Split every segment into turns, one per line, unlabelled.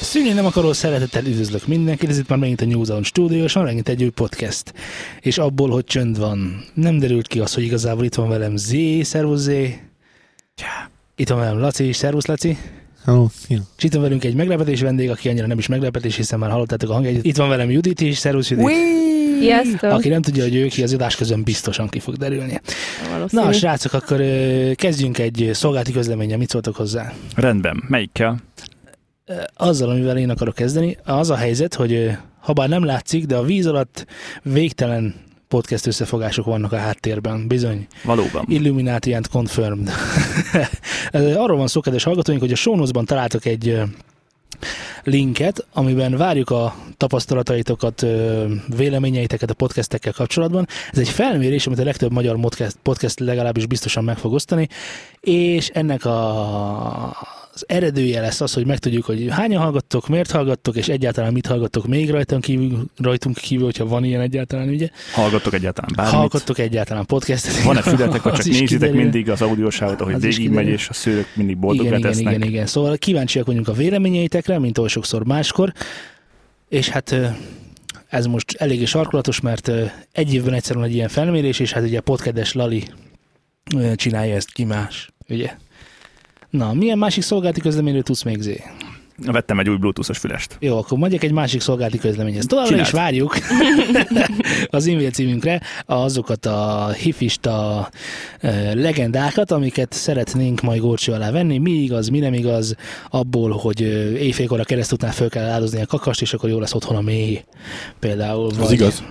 Szűnyen nem akaró szeretettel üdvözlök mindenkit, ez itt már megint a New Zealand Studio, és már megint egy új podcast. És abból, hogy csönd van, nem derült ki az, hogy igazából itt van velem Z, szervusz Z. Itt van velem Laci, szervusz Laci.
Hello, szia.
És itt van velünk egy meglepetés vendég, aki annyira nem is meglepetés, hiszen már hallottátok a hangját. Itt van velem Judit is, szervusz Judit.
Sziasztok!
Aki nem tudja, hogy ő ki, az adás közben biztosan ki fog derülni.
Valószínű.
Na, srácok, akkor ö, kezdjünk egy szolgálati közleménye, mit szóltok hozzá?
Rendben, melyikkel?
Ö, Azzal, amivel én akarok kezdeni, az a helyzet, hogy ö, ha bár nem látszik, de a víz alatt végtelen podcast összefogások vannak a háttérben, bizony.
Valóban.
Illuminati and confirmed. Ö, Arról van szó, kedves hallgatóink, hogy a sónozban találtak egy ö, linket, amiben várjuk a tapasztalataitokat, ö, véleményeiteket a podcastekkel kapcsolatban. Ez egy felmérés, amit a legtöbb magyar modcast- podcast legalábbis biztosan meg fog osztani, és ennek a, az eredője lesz az, hogy megtudjuk, hogy hányan hallgattok, miért hallgattok, és egyáltalán mit hallgattok még rajtunk kívül, rajtunk kívül hogyha van ilyen egyáltalán, ugye?
Hallgattok egyáltalán bármit?
Hallgattok egyáltalán podcastet.
Van-e fületek, hogy
Az
csak
is
nézitek
kiderül.
mindig az audiósávot, ahogy
Az is
végigmegy,
kiderül.
és a szőrök mindig boldog
igen, igen,
letesznek.
igen, igen. Szóval kíváncsiak vagyunk a véleményeitekre, mint oly sokszor máskor, és hát ö, ez most eléggé sarkolatos, mert ö, egy évben egyszer van egy ilyen felmérés, és hát ugye podkedes Lali ö, csinálja ezt ki más, ugye? Na, milyen másik szolgálati közleményről tudsz még, Zé?
Vettem egy új bluetoothos fülest.
Jó, akkor mondjak egy másik szolgálati közleményhez. Továbbra
Csináld.
is várjuk az e-mail címünkre azokat a hifista ö, legendákat, amiket szeretnénk majd górcső alá venni. Mi igaz, mi nem igaz, abból, hogy ö, éjfélkor a kereszt után föl kell áldozni a kakast, és akkor jó lesz otthon a mély. Például.
Az igaz?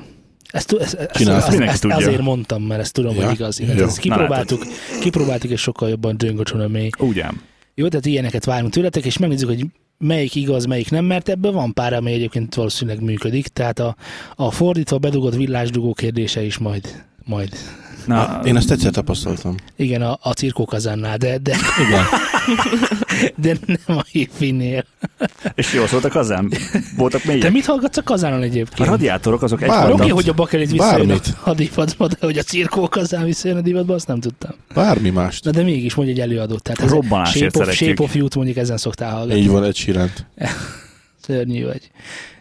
Ezt, ezt, ezt,
Csinálsz.
ezt,
Mindenki
ezt
tudja.
azért mondtam, mert ezt tudom,
Ja.
hogy igaz. Hát
Jó. hát.
ezt kipróbáltuk, kipróbáltuk, és sokkal jobban döngöcsön a mély.
Úgy ám.
Jó, tehát ilyeneket várunk tőletek, és megnézzük, hogy melyik igaz, melyik nem, mert ebből van pár, ami egyébként valószínűleg működik, tehát a, a fordítva bedugott villásdugó kérdése is majd, majd.
Na,
Ah, Én ezt egyszer tapasztaltam.
Igen, a, a cirkókazánnál, de, de,
Igen.
de nem a hippinél.
és jól szóltak hozzám? Voltak
Te
mélyek?
mit hallgatsz a kazánon
A
egyébként?
radiátorok azok egy
Oké,
Bármi.
vannak.
Bármit.
hogy a bakelit visszajön a,
Bármit.
a divatba, de hogy a cirkókazán visszajön a divatba, azt nem tudtam.
Bármi mást.
Na de mégis mondj egy előadót. Tehát ez
Robbanásért
shape of,
szeretjük.
shape of Youth mondjuk ezen szoktál hallgatni.
Így van, egy síránt.
Szörnyű vagy.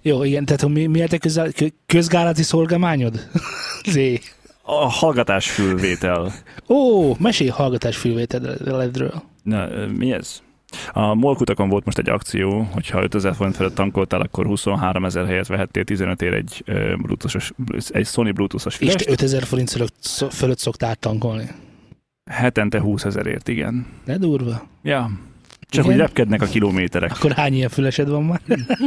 Jó, igen, tehát mi, mi a te közgál, kö- közgálati szolgálmányod? Zé.
A hallgatás fülvétel.
Ó, mesélj hallgatás fülvételedről.
Na, ö, mi ez? A molkutakon volt most egy akció, hogy ha 5000 forint felett tankoltál, akkor 23 ezer helyet vehettél 15 ér egy, ö, bluetoothos, egy Sony bluetoothos
És
fülest.
te 5000 forint fölött, szó- fölött szoktál tankolni.
Hetente 20 ezerért, igen.
De durva.
Ja. Csak
Igen.
hogy repkednek a kilométerek.
Akkor hány ilyen fülesed van már?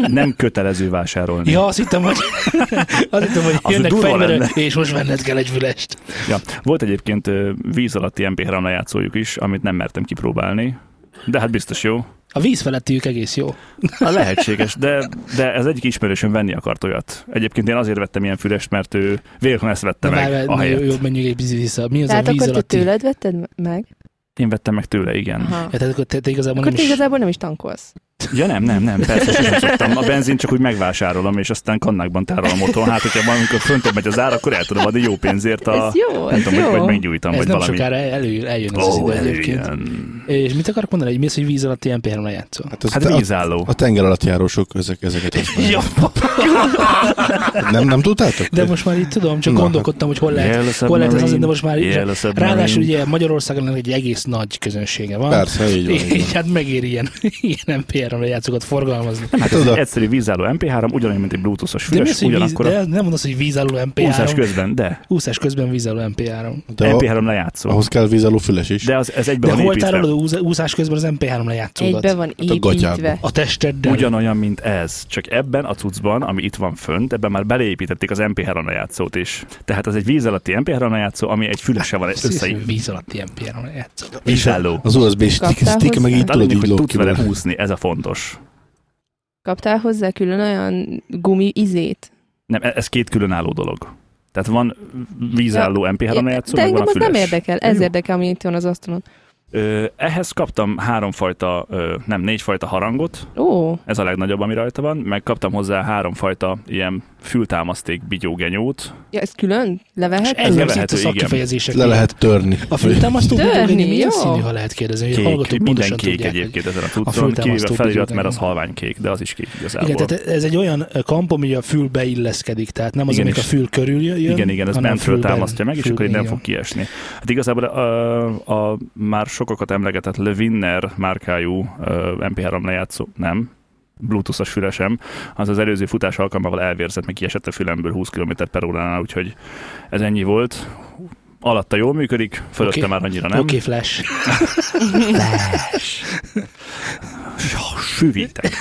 Nem kötelező vásárolni.
Ja, azt hittem, hogy, azt hittem, hogy
Az
jönnek
durva
fegyverek,
lenne.
és most venned kell egy fülest.
Ja. Volt egyébként ö, víz alatti MP3 lejátszójuk is, amit nem mertem kipróbálni. De hát biztos jó.
A víz felettiük egész jó.
A lehetséges, de, de ez egyik ismerősöm venni akart olyat. Egyébként én azért vettem ilyen fülest, mert ő véletlenül ezt vette
Na,
meg
várj,
a
na, jó,
helyet.
jó, menjünk egy picit vissza. Mi az
Tehát
a víz
akkor
alatti?
te tőled vetted meg?
Én vettem meg tőle, igen.
Aha.
Ja, tehát akkor te, te igazából
Akkor
nem
te
is...
igazából nem is tankolsz.
Ja nem, nem, nem, persze sosem szoktam. A benzin csak úgy megvásárolom, és aztán kannákban tárolom otthon. Hát, hogyha valamikor föntebb megy az ár, akkor el tudom adni jó pénzért a...
Ez jó,
nem
ez
tudom,
jó.
hogy vagy meggyújtam,
Ez
vagy
nem
valami.
sokára elő, eljön ez az
Ó,
idő
elő
egyébként.
ilyen.
És mit akarok mondani, hogy mi az, hogy víz alatti NPR lejátszol?
Hát, ez
Hát
a,
vízálló.
a tenger alatt járósok ezek, ezeket
Ja,
használják. Nem, nem tudtátok?
de most már így tudom, csak
Na,
gondolkodtam, hogy hol lehet,
Yellow
hol lehet ez az, de
submarine,
most már
Yellow
így,
submarine.
ráadásul ugye Magyarországon egy egész nagy közönsége van.
Persze, így van. Így
Így
van.
hát megér ilyen, ilyen NPR-ra játszokat forgalmazni.
Nem, hát ez
Tudod,
egy
a-
egyszerű vízálló MP3, ugyanolyan, mint egy bluetoothos
De, mi az,
füles,
hogy víz,
ugyanakkor
de
a
nem mondasz, hogy vízálló
úszás
NPR-om.
közben, de
Úszás közben vízálló NPR-om.
De a,
MP3 lejátszó.
ahhoz kell vízálló füles is.
De az, ez egyben
De
van
hol
építve.
tárolod a úz- úszás közben az NP3-ra játszódat?
Egybe van
a gatyádba.
építve.
Hát A testeddel.
Ugyanolyan, mint ez, csak ebben a cuccban, ami itt van fönt, ebben már beleépítették az MP3 lejátszót is. Tehát ez egy víz alatti MP3 lejátszó, ami egy fülese van össze.
Víz alatti NPR-ra játszod.
Vízálló.
Az USB stick,
Kaptál
stick meg
hozzá?
így
Hát a
tudod,
lényeg,
így
hogy
lóg
tudsz
ki
vele
belőle.
húzni, ez a fontos.
Kaptál hozzá külön olyan gumi izét?
Nem, e- ez két különálló dolog. Tehát van vízálló MP3 lejátszó,
De
meg hát,
engem
van a
az
füles.
nem érdekel. Ez
Jó.
érdekel, ami itt van az asztalon.
Ö, ehhez kaptam háromfajta, ö, nem, négyfajta harangot,
Ó,
ez a legnagyobb, ami rajta van, meg kaptam hozzá háromfajta ilyen fültámaszték bigyógenyót.
Ja, ez külön?
És
Levehet?
ez
Ez
lesz itt
lehető,
a
igen.
szakkifejezések.
Le
miatt.
lehet törni.
A fültámasztó
Törni,
bigyógenyó milyen
jó.
színű, ha lehet kérdezni, hogy a
Kék,
hallgatók
minden
pontosan
kék
tudják. hogy-
egyébként ezen a tudton, kivéve
fültámasztó
felirat,
bigyógenyó. Hát
mert az halvány kék, de az is kék igazából.
Igen, tehát ez egy olyan ö, kamp, ami a fülbe illeszkedik, tehát nem az,
Igen,
igen, amik a
és-
fül körül jön.
Igen, igen, ez
hanem
bentről
fülben-
támasztja meg, és akkor így nem
igen.
fog kiesni. Hát igazából a, a már sokakat emlegetett Levinner márkájú ö, MP3 lejátszó, nem, Bluetooth-os fülesem, az az előző futás alkalmával elvérzett, meg kiesett a fülemből 20 km per óránál, úgyhogy ez ennyi volt. Alatta jól működik, fölötte
Oké.
már annyira nem.
Oké, okay, flash.
Süvítek.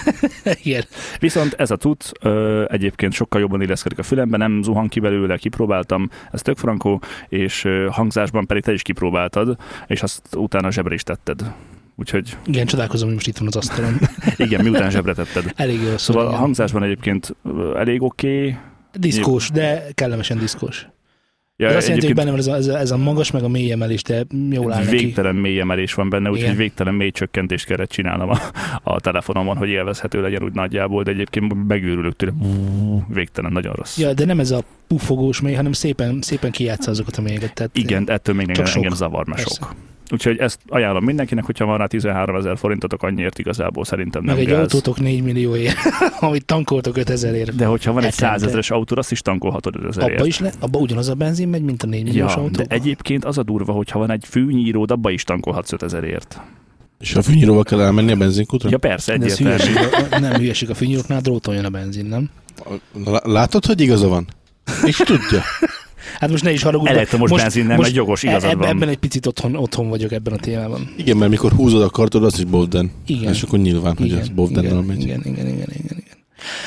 igen.
Viszont ez a tud ö, egyébként sokkal jobban illeszkedik a fülembe, nem zuhan ki belőle, kipróbáltam, ez tök frankó, és ö, hangzásban pedig te is kipróbáltad, és azt utána zsebre is tetted. Úgyhogy
igen, csodálkozom, hogy most itt van az asztalon.
igen, miután zsebre tetted.
Elég jó szó.
Szóval a
igen.
hangzásban egyébként ö, elég oké. Okay.
Diszkós, de kellemesen diszkós. Ja, ez azt jelenti, hogy benne van ez a, ez, a, ez a magas, meg a mély emelés, de jól áll neki.
végtelen mély emelés van benne, úgyhogy
Igen.
végtelen mély csökkentést kellett csinálnom a, a telefonomon, hogy élvezhető legyen úgy nagyjából, de egyébként megőrülök tőle. Végtelen, nagyon rossz.
Ja, de nem ez a pufogós mély, hanem szépen, szépen kijátsza azokat a mélyeket. Tehát
Igen, ettől még engem,
sok.
engem zavar, mert
Persze.
sok. Úgyhogy ezt ajánlom mindenkinek, hogyha van rá 13 ezer forintotok, annyiért igazából szerintem nem
Meg egy
gáz.
autótok 4 millióért, amit tankoltok 5000 ért.
De hogyha van egy
Hetente.
100 ezeres autó, azt is tankolhatod 5
Abba
ezerért.
is le, abba ugyanaz a benzin megy, mint a 4 milliós
Ja,
autó.
de egyébként az a durva, hogyha van egy fűnyíród, abba is tankolhatsz 5 ezerért.
És a fűnyíróval kell elmenni a benzinkutra?
Ja persze,
De ez
egyértelmű.
hülyeség, a- nem hülyeség a fűnyíróknál, dróton jön a benzin, nem?
Na, lá- Látod, hogy igaza van? És tudja.
Hát most ne is haragudj. de
Elektromos most, benzin nem,
most
egy jogos, igazad
eb-
van.
Ebben egy picit otthon, otthon vagyok ebben a témában.
Igen, mert mikor húzod a kartod, az is Bovden.
Igen.
És akkor nyilván, hogy az Bovdennal
igen,
megy.
igen, igen, igen, igen, igen.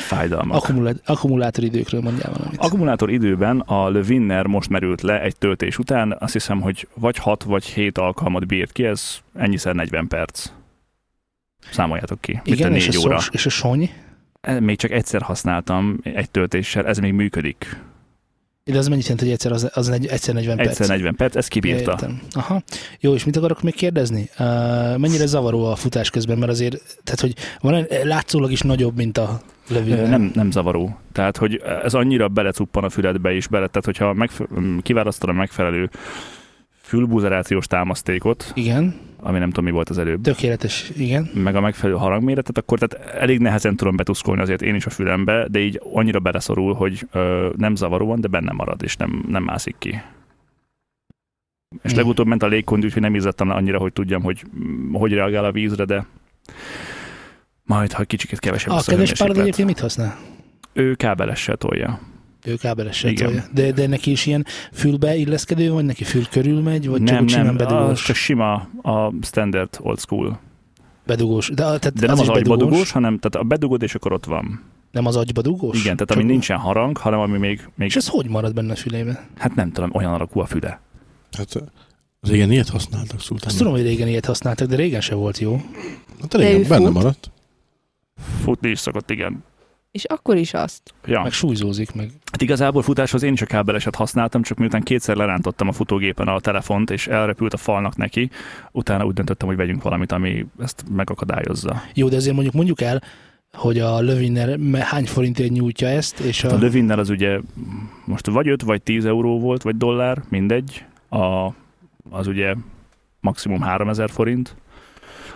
Fájdalmak.
Akkumulá- akkumulátor időkről mondjál valamit.
Akkumulátor időben a Le Winner most merült le egy töltés után, azt hiszem, hogy vagy 6 vagy 7 alkalmat bírt ki, ez ennyiszer 40 perc. Számoljátok ki. Mit a
igen, és
4
a,
óra.
szos, és a sony,
E, még csak egyszer használtam egy töltéssel, ez még működik.
de az mennyit jelent, hogy egyszer, az, az negy, egyszer 40
Egyszer
perc?
40 perc, ez kibírta.
Értem. Aha. Jó, és mit akarok még kérdezni? Uh, mennyire zavaró a futás közben, mert azért, tehát hogy van látszólag is nagyobb, mint a lövő.
Ö, Nem, nem zavaró. Tehát, hogy ez annyira belecuppan a füledbe is, bele, tehát hogyha megfe- m, kiválasztod a megfelelő fülbuzerációs támasztékot,
Igen,
ami nem tudom mi volt az előbb,
tökéletes, igen.
meg a megfelelő harangméretet, akkor tehát elég nehezen tudom betuszkolni azért én is a fülembe, de így annyira beleszorul, hogy ö, nem zavaróan, de benne marad, és nem, nem mászik ki. És
Hmm.
legutóbb ment a légkondi, úgyhogy nem izzadtam le annyira, hogy tudjam, hogy mm, hogy reagál a vízre, de majd, ha kicsit kevesebb
A
lesz
kedves párod
hőmérséklet.
egyébként mit használ?
Ő kábelessel tolja.
Ő kábelesen
Igen.
tolja. De, de neki is ilyen fülbe illeszkedő, vagy neki fül körül megy, vagy csak úgy simán
az
bedugós?
csak sima a standard old school.
bedugós. De, tehát
De nem az,
is
az agyba
bedugós,
dugós, hanem tehát a bedugod, és akkor ott van.
Nem az agyba dugós?
Igen, tehát
Csak
ami
úgy.
nincsen harang, hanem ami még, még
És ez hogy marad benne a fülébe?
Hát nem tudom, olyan alakú a füle.
Hát régen ilyet használtak, Szultán.
Azt tudom, hogy régen ilyet használtak, de régen se volt jó.
Hát régen
De ő
benne
fut.
maradt.
Futni is szokott, igen.
És akkor is azt.
Ja.
Meg súlyzózik meg.
Hát igazából futáshoz én is a kábeleset használtam, csak miután kétszer lerántottam a futógépen a telefont, és elrepült a falnak neki, utána úgy döntöttem, hogy vegyünk valamit, ami ezt megakadályozza.
Jó, de azért mondjuk mondjuk el, hogy a Lövinner me- hány forintért nyújtja ezt, és
Hát A
a...
lövinnel az ugye most vagy 5 vagy 10 euró volt, vagy dollár, mindegy. A, az ugye maximum 3000 forint.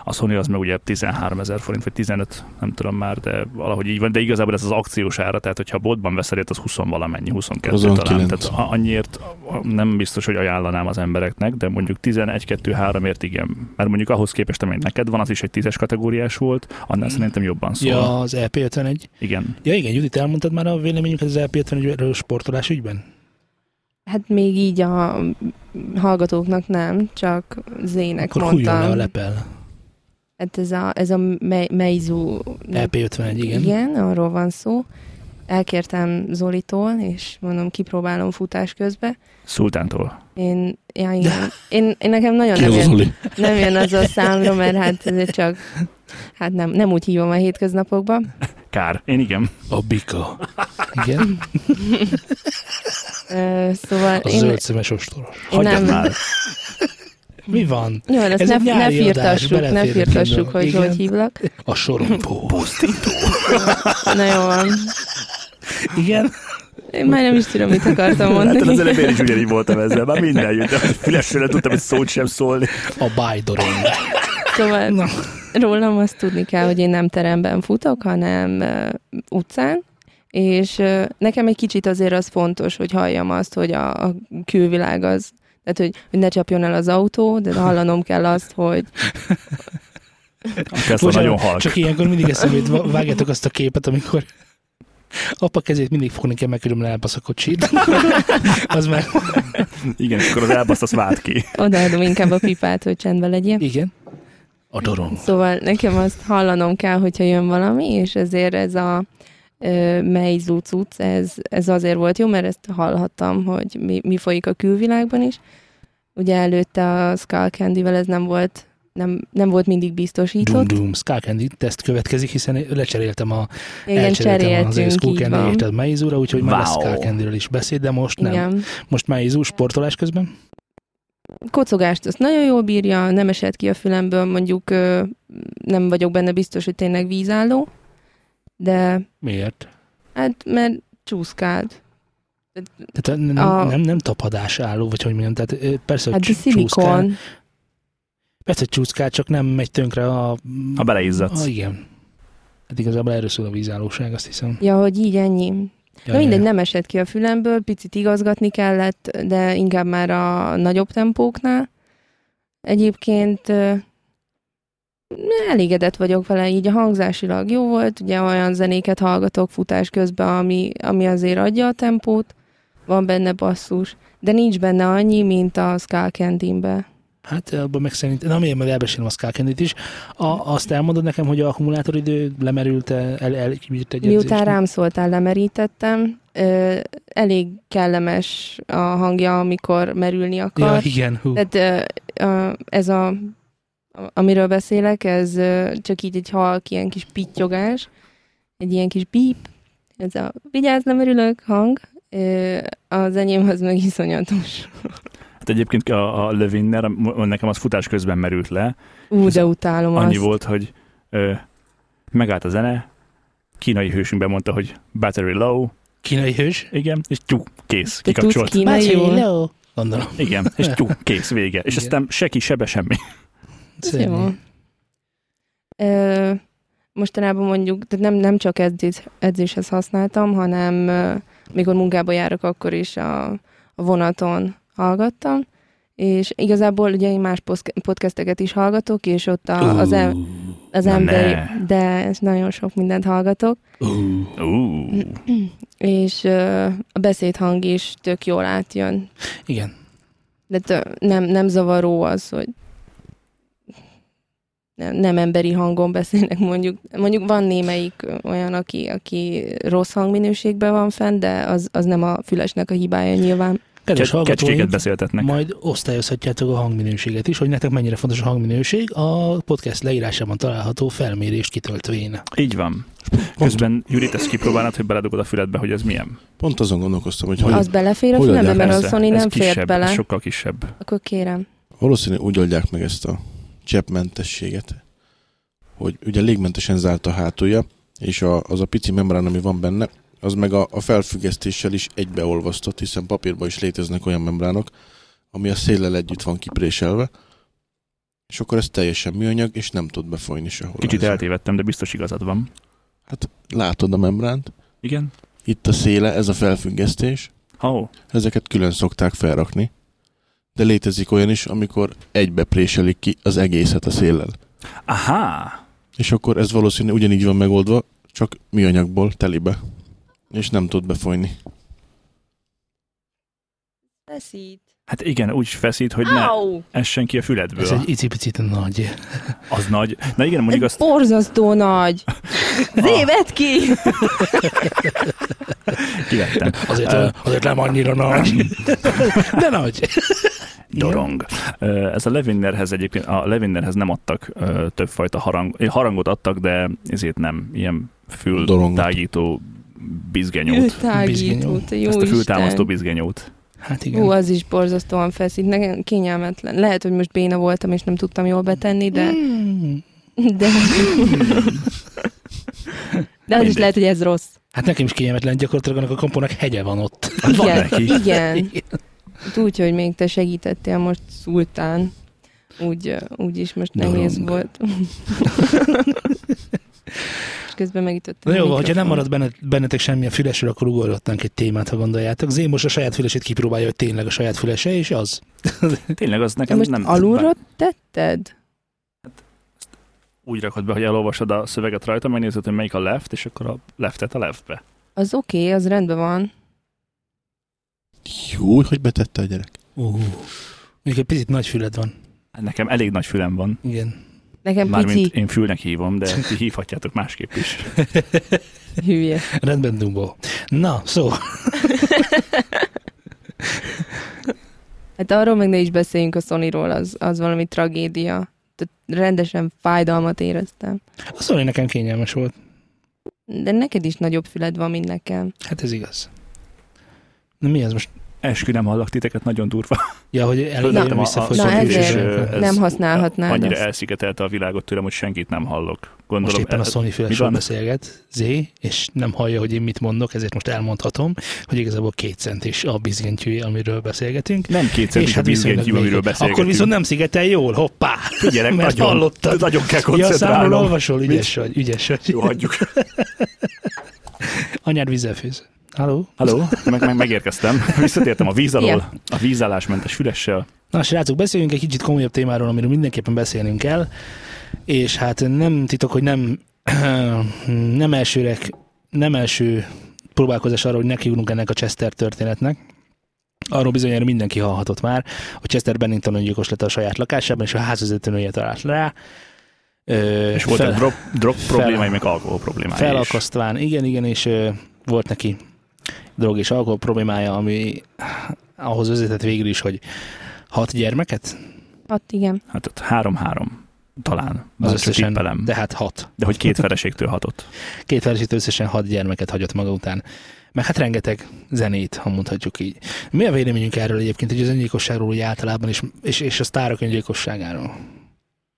A Sony az meg ugye 13 ezer forint, vagy 15, nem tudom már, de valahogy így van. De igazából ez az akciós ára, tehát hogyha boltban veszel, ért, az 20 valamennyi, 22
Az
talán.
olyan
Tehát
9.
a- annyiért nem biztos, hogy ajánlanám az embereknek, de mondjuk 11, 2, 3 ért igen. Mert mondjuk ahhoz képest, amely neked van, az is egy 10-es kategóriás volt, annál
Mm.
szerintem jobban szól.
Ja, az EP51.
Igen.
Ja igen, Judit, elmondtad már a véleményünket az EP51-ről sportolás ügyben?
Hát még így a hallgatóknak nem, csak Zének
Akkor hújjon le a
mondtam.
lepel.
Hát ez a, ez a me, meizú...
EP51, E igen.
Igen, arról van szó. Elkértem Zolitól, és mondom, kipróbálom futás közben.
Szultántól.
Én, ja, igen. Én, én nekem nagyon
Ki
nem
az az
jön,
Oli?
nem jön az a számra, mert hát ez csak... Hát nem, nem úgy hívom a hétköznapokban.
Kár. Én igen.
A bika. Igen,
Ö, Szóval
a
én,
zöld szemes ostoros.
én
Hagyjad
nem,
már.
Mi van?
Jó, ezt
Ez
ne,
egy
ne
nyári adás,
firtassuk, ne
belefér
firtassuk,
mindenbe.
hogy
Igen.
hogy hívlak.
A sorompó.
Na jó van.
Igen?
Én már nem is tudom, mit akartam mondani.
Hát az előbb én is ugyanígy voltam ezzel, már minden jött. Fülesre nem tudtam egy szót sem szólni.
A bájdorénk.
Szóval
Na.
rólam azt tudni kell, hogy én nem teremben futok, hanem ö, utcán, és ö, nekem egy kicsit azért az fontos, hogy halljam azt, hogy a, a külvilág az, tehát hogy, hogy ne csapjon el az autó, de hallanom kell azt, hogy
Tesla nagyon halk.
Csak ilyenkor mindig eszembe jut, va- vágjátok azt a képet, amikor apa kezét mindig fogni kell, mert különben elbasz a kocsit. az már,
Igen, és akkor az elbaszt, azt vált ki.
odaadom inkább a pipát, hogy csendben legyél.
igen. A dorong.
Szóval nekem azt hallanom kell, hogyha jön valami, és ezért ez a ö, mely zúcuc, ez, ez azért volt jó, mert ezt hallhattam, hogy mi, mi folyik a külvilágban is. Ugye előtte a Skull Candy-vel ez nem volt, nem, nem volt mindig
Doom
biztosított.
Doom Skull Candy teszt következik, hiszen én lecseréltem a
Igen,
elcseréltem az én
cseréltünk,
Skull
így van.
Candy-ért a Maizura, úgyhogy már lesz
Wow.
Skull Candy-ről is beszéd, de most nem.
Igen.
Most Maizu sportolás közben?
kocogást azt nagyon jól bírja, nem esett ki a fülemből, mondjuk ö, nem vagyok benne biztos, hogy tényleg vízálló, de
Miért?
hát mert csúszkált.
Tehát nem,
A-
a... nem, nem tapadás álló, vagy hogy mondjam, tehát ö, persze,
Hát
hogy
de
hát csúszkál,
szilikon.
persze, hogy csúszkál, csak nem megy tönkre a...
Ha beleizzadsz.
Ah, igen. Hát igazából erről szól a vízállóság, azt hiszem.
Ja, hogy így ennyi.
Ja,
Na mindegy,
ja,
nem esett ki a fülemből, picit igazgatni kellett, de inkább már a nagyobb tempóknál. Egyébként ö, elégedett vagyok vele, így a hangzásilag jó volt, ugye olyan zenéket hallgatok futás közben, ami, ami azért adja a tempót, van benne basszus, de nincs benne annyi, mint a Skull Candy-be.
Hát abban meg szerintem, na miért, mert elbeszélem a Skalkendit is. A, azt elmondod nekem, hogy a akkumulátoridő lemerült, el, el, el kibírt egy
Miután
edzést?
rám szóltál, lemerítettem, ö, elég kellemes a hangja, amikor merülni akar.
Ja, igen, hú.
Tehát ö, ö, ez a, a- amiről beszélek, ez ö, csak így egy halk, ilyen kis pittyogás, egy ilyen kis bíp, ez a vigyázz, nem örülök hang, ö, az enyém az meg iszonyatos.
Hát egyébként a, a Levinner, nekem az futás közben merült le.
Ú,
Ez
de utálom
Annyi
azt.
volt, hogy ö, megállt a zene, kínai hősünk bemondta, hogy battery low,
Kínai hős?
igen, és tyú,
Te tudsz
kész, kikapcsolt.
kínai jól?
Hello. Gondolom.
Igen, és tyú, kész, vége. És
Igen.
aztán se ki, sebe, semmi.
Ez Jó. Ö, mostanában mondjuk, tehát nem, nem csak edzés, edzéshez használtam, hanem ö, mikor munkába járok, akkor is a, a vonaton hallgattam, és igazából ugye én más poszk- podcasteket is hallgatok, és ott a, az, em, az
na
emberi,
ne.
de nagyon sok mindent hallgatok,
Ú,
Ú,
és ö, a beszédhang is tök jól átjön.
igen.
De tö- nem, nem zavaró az, hogy nem, nem emberi hangon beszélnek, mondjuk, mondjuk van némelyik olyan, aki, aki rossz hangminőségben van fenn, de az, az nem a fülesnek a hibája nyilván.
Kedves
ke- kecskéket
hallgatóink,
beszéltetnek.
majd osztályozhatjátok a hangminőséget is, hogy nektek mennyire fontos a hangminőség, a podcast leírásában található felmérést kitöltvén.
Így van. Közben Júri, ezt kipróbálnád, hogy beledugod a füledbe, hogy ez milyen.
Pont azon gondolkoztam, hogy
Az
hogy
belefér a
Hogy
fülembe,
adják?
mert a
Persze,
Sony
ez
nem
kisebb,
fér bele.
ez Sokkal kisebb.
Akkor kérem.
valószínűleg úgy oldják meg ezt a cseppmentességet, hogy ugye légmentesen zárt a hátulja, és a, az a pici membrán, ami van benne, az meg a, a felfüggesztéssel is egybeolvasztott, hiszen papírban is léteznek olyan membránok, ami a széllel együtt van kipréselve, és akkor ez teljesen műanyag, és nem tud befolyni sehol.
Kicsit
Ez-
eltévedtem, de biztos igazad van.
Látod a membránt,
Igen?
itt a széle, ez a felfüggesztés,
Ó,
Ezeket külön szokták felrakni, de létezik olyan is, amikor egybe préselik ki az egészet a széllel.
aha!
És akkor ez valószínűleg ugyanígy van megoldva, csak műanyagból telibe. És nem tud befolyni.
Feszít.
Hát igen, úgy feszít, hogy ne
Au!
essen ki a füledből.
Ez egy icipicit nagy.
Az nagy. Na igen, mondjuk
Ez
azt...
borzasztó nagy! Zévet ki!
Ah, kivettem.
Azért,
Ö,
azért nem annyira nagy. De nagy.
Dorong. Ö, Ez a Levinnerhez egyébként, a Levinnerhez nem adtak ö, többfajta harang, eh, harangot adtak, de ezért nem ilyen fül
Dorongot.
tágító bizgenyót.
Bizgenyó.
Fültágító, te jó
Ezt a fültámasztó
Isten.
bizgenyót.
Hát
Hú,
igen.
az is borzasztóan feszít, nekem kényelmetlen. Lehet, hogy most béna voltam, és nem tudtam jól betenni, de...
Mm.
De, de az is
Mindegy.
lehet, hogy ez rossz.
Hát nekem is kényelmetlen, gyakorlatilag annak a kompónak hegye van ott.
van
Igen,
neki.
igen. Úgy, hogy még te segítettél most szultán, úgy, úgy is most nehéz
Dorong.
volt. És közben megütöttem.
Na
a
jó, hogyha nem
mikrofont.
marad benne- bennetek semmi a fülesről, akkor ugorjatnánk egy témát, ha gondoljátok. Zé most a saját fülesét kipróbálja, hogy tényleg a saját fülese, és az.
Tényleg az
Te
nekem
most
nem...
alulról tetted?
Úgy rakod be, hogy elolvasod a szöveget rajta, megnézed, hogy melyik a left, és akkor a leftet a leftbe.
Az oké, okay, az rendben van.
Jó, hogy betette a gyerek.
Uh. Még egy picit nagy füled van.
Hát Nekem elég nagy fülem van.
Igen.
Nekem
Mármint
pici
én fülnek hívom, de ti hívhatjátok másképp is.
hülye.
Rendben, Dumbo. Na, szóval, szó.
Hát arról meg ne is beszéljünk a Sonyról, az, az valami tragédia. Tehát rendesen fájdalmat éreztem.
A Sony nekem kényelmes volt.
De neked is nagyobb füled van, mint nekem.
Hát ez igaz. Na mi ez most?
Eskü nem hallak titeket, nagyon durva.
Ja, hogy
Fölmentem
előbb
Na,
visszafogyott.
ezért
és,
ö,
ö,
ez- nem használhatnád
Annyira
azt.
elszigetelte a világot tőlem, hogy senkit nem hallok.
Most
Gondolom,
éppen a
e-
Sony fülesről
van?
beszélget Z, és nem hallja, hogy én mit mondok, ezért most elmondhatom, hogy igazából két cent is a bizgentyűje, amiről beszélgetünk.
nem kétszer is a
hát viszonylag
bizgentyű,
még-
amiről beszélgetünk.
Akkor viszont nem szigetel jól, hoppá!
Figyelek,
mert
nagyon,
hallottad.
nagyon kell
Ja, a számról
koncentrálnom.
olvasol, ügyes vagy, ügyes vagy.
Jó, hagyjuk.
Anyád vízzel főz. Halló?
Halló, meg, meg, megérkeztem. Visszatértem a víz alól,
Ja.
a vízállásmentes fülessel.
Na srácok, beszéljünk egy kicsit komolyabb témáról, amiről mindenképpen beszélnünk kell, és hát nem titok, hogy nem, nem elsőrek, nem első próbálkozás arra, hogy nekiugrunk ennek a Chester történetnek. Arról bizonyára mindenki hallhatott már, hogy Chester Bennington öngyilkos lett a saját lakásában, és a házvezetőnője talált rá. Ö,
És volt egy drop, drop
fel-
problémái, meg alkohol problémái is.
felakasztván, igen, igen, és ö, volt neki drog és alkohol problémája, ami ahhoz vezetett végül is, hogy hat gyermeket?
Hát igen.
Hát ott három-három talán. Az
összesen.
összesen. Tippelem. De...
Tehát hat.
de hogy két feleségtől hatott.
Két felesítő összesen hat gyermeket hagyott maga után. Meg hát rengeteg zenét, ha mondhatjuk így. Mi a véleményünk erről egyébként, hogy az öngyilkosságról úgy általában, és, és, és a sztárok öngyilkosságáról?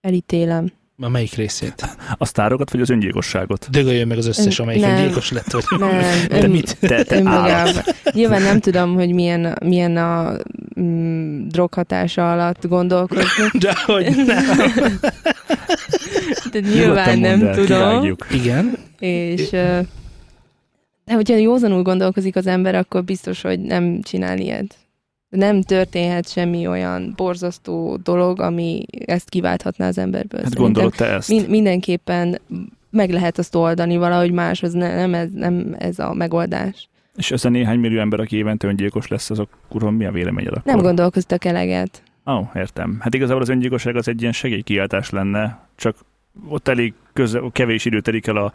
Elítélem.
A melyik részét?
A sztárokat vagy az öngyilkosságot?
Dögöljön meg az összes, amelyik
Nem.
öngyilkos lett, vagy
Nem,
de
ön-
mit?
Te, te állat.
Önmagában. Nyilván nem tudom, hogy milyen, milyen a mm, drog hatása alatt gondolkozni.
De hogy nem.
De nyilván
Nyugodtan
nem
mondd el,
tudom.
kivágjuk.
Igen,
És, ö, de hogyha józanul gondolkozik az ember, akkor biztos, hogy nem csinál ilyet. Nem történhet semmi olyan borzasztó dolog, ami ezt kiválthatná az emberből.
Hát
Szerintem
gondolod te ezt?
Min- mindenképpen meg lehet azt oldani valahogy máshoz, ne, nem, ez, nem ez a megoldás.
És ez a néhány millió ember, aki évente öngyilkos lesz, azok uram, mi a véleményed akkor?
Nem gondolkoztak eleget.
Ó, oh, értem. Hát igazából az öngyilkosság az egy ilyen segélykiáltás lenne, csak ott elég köze, kevés idő telik el a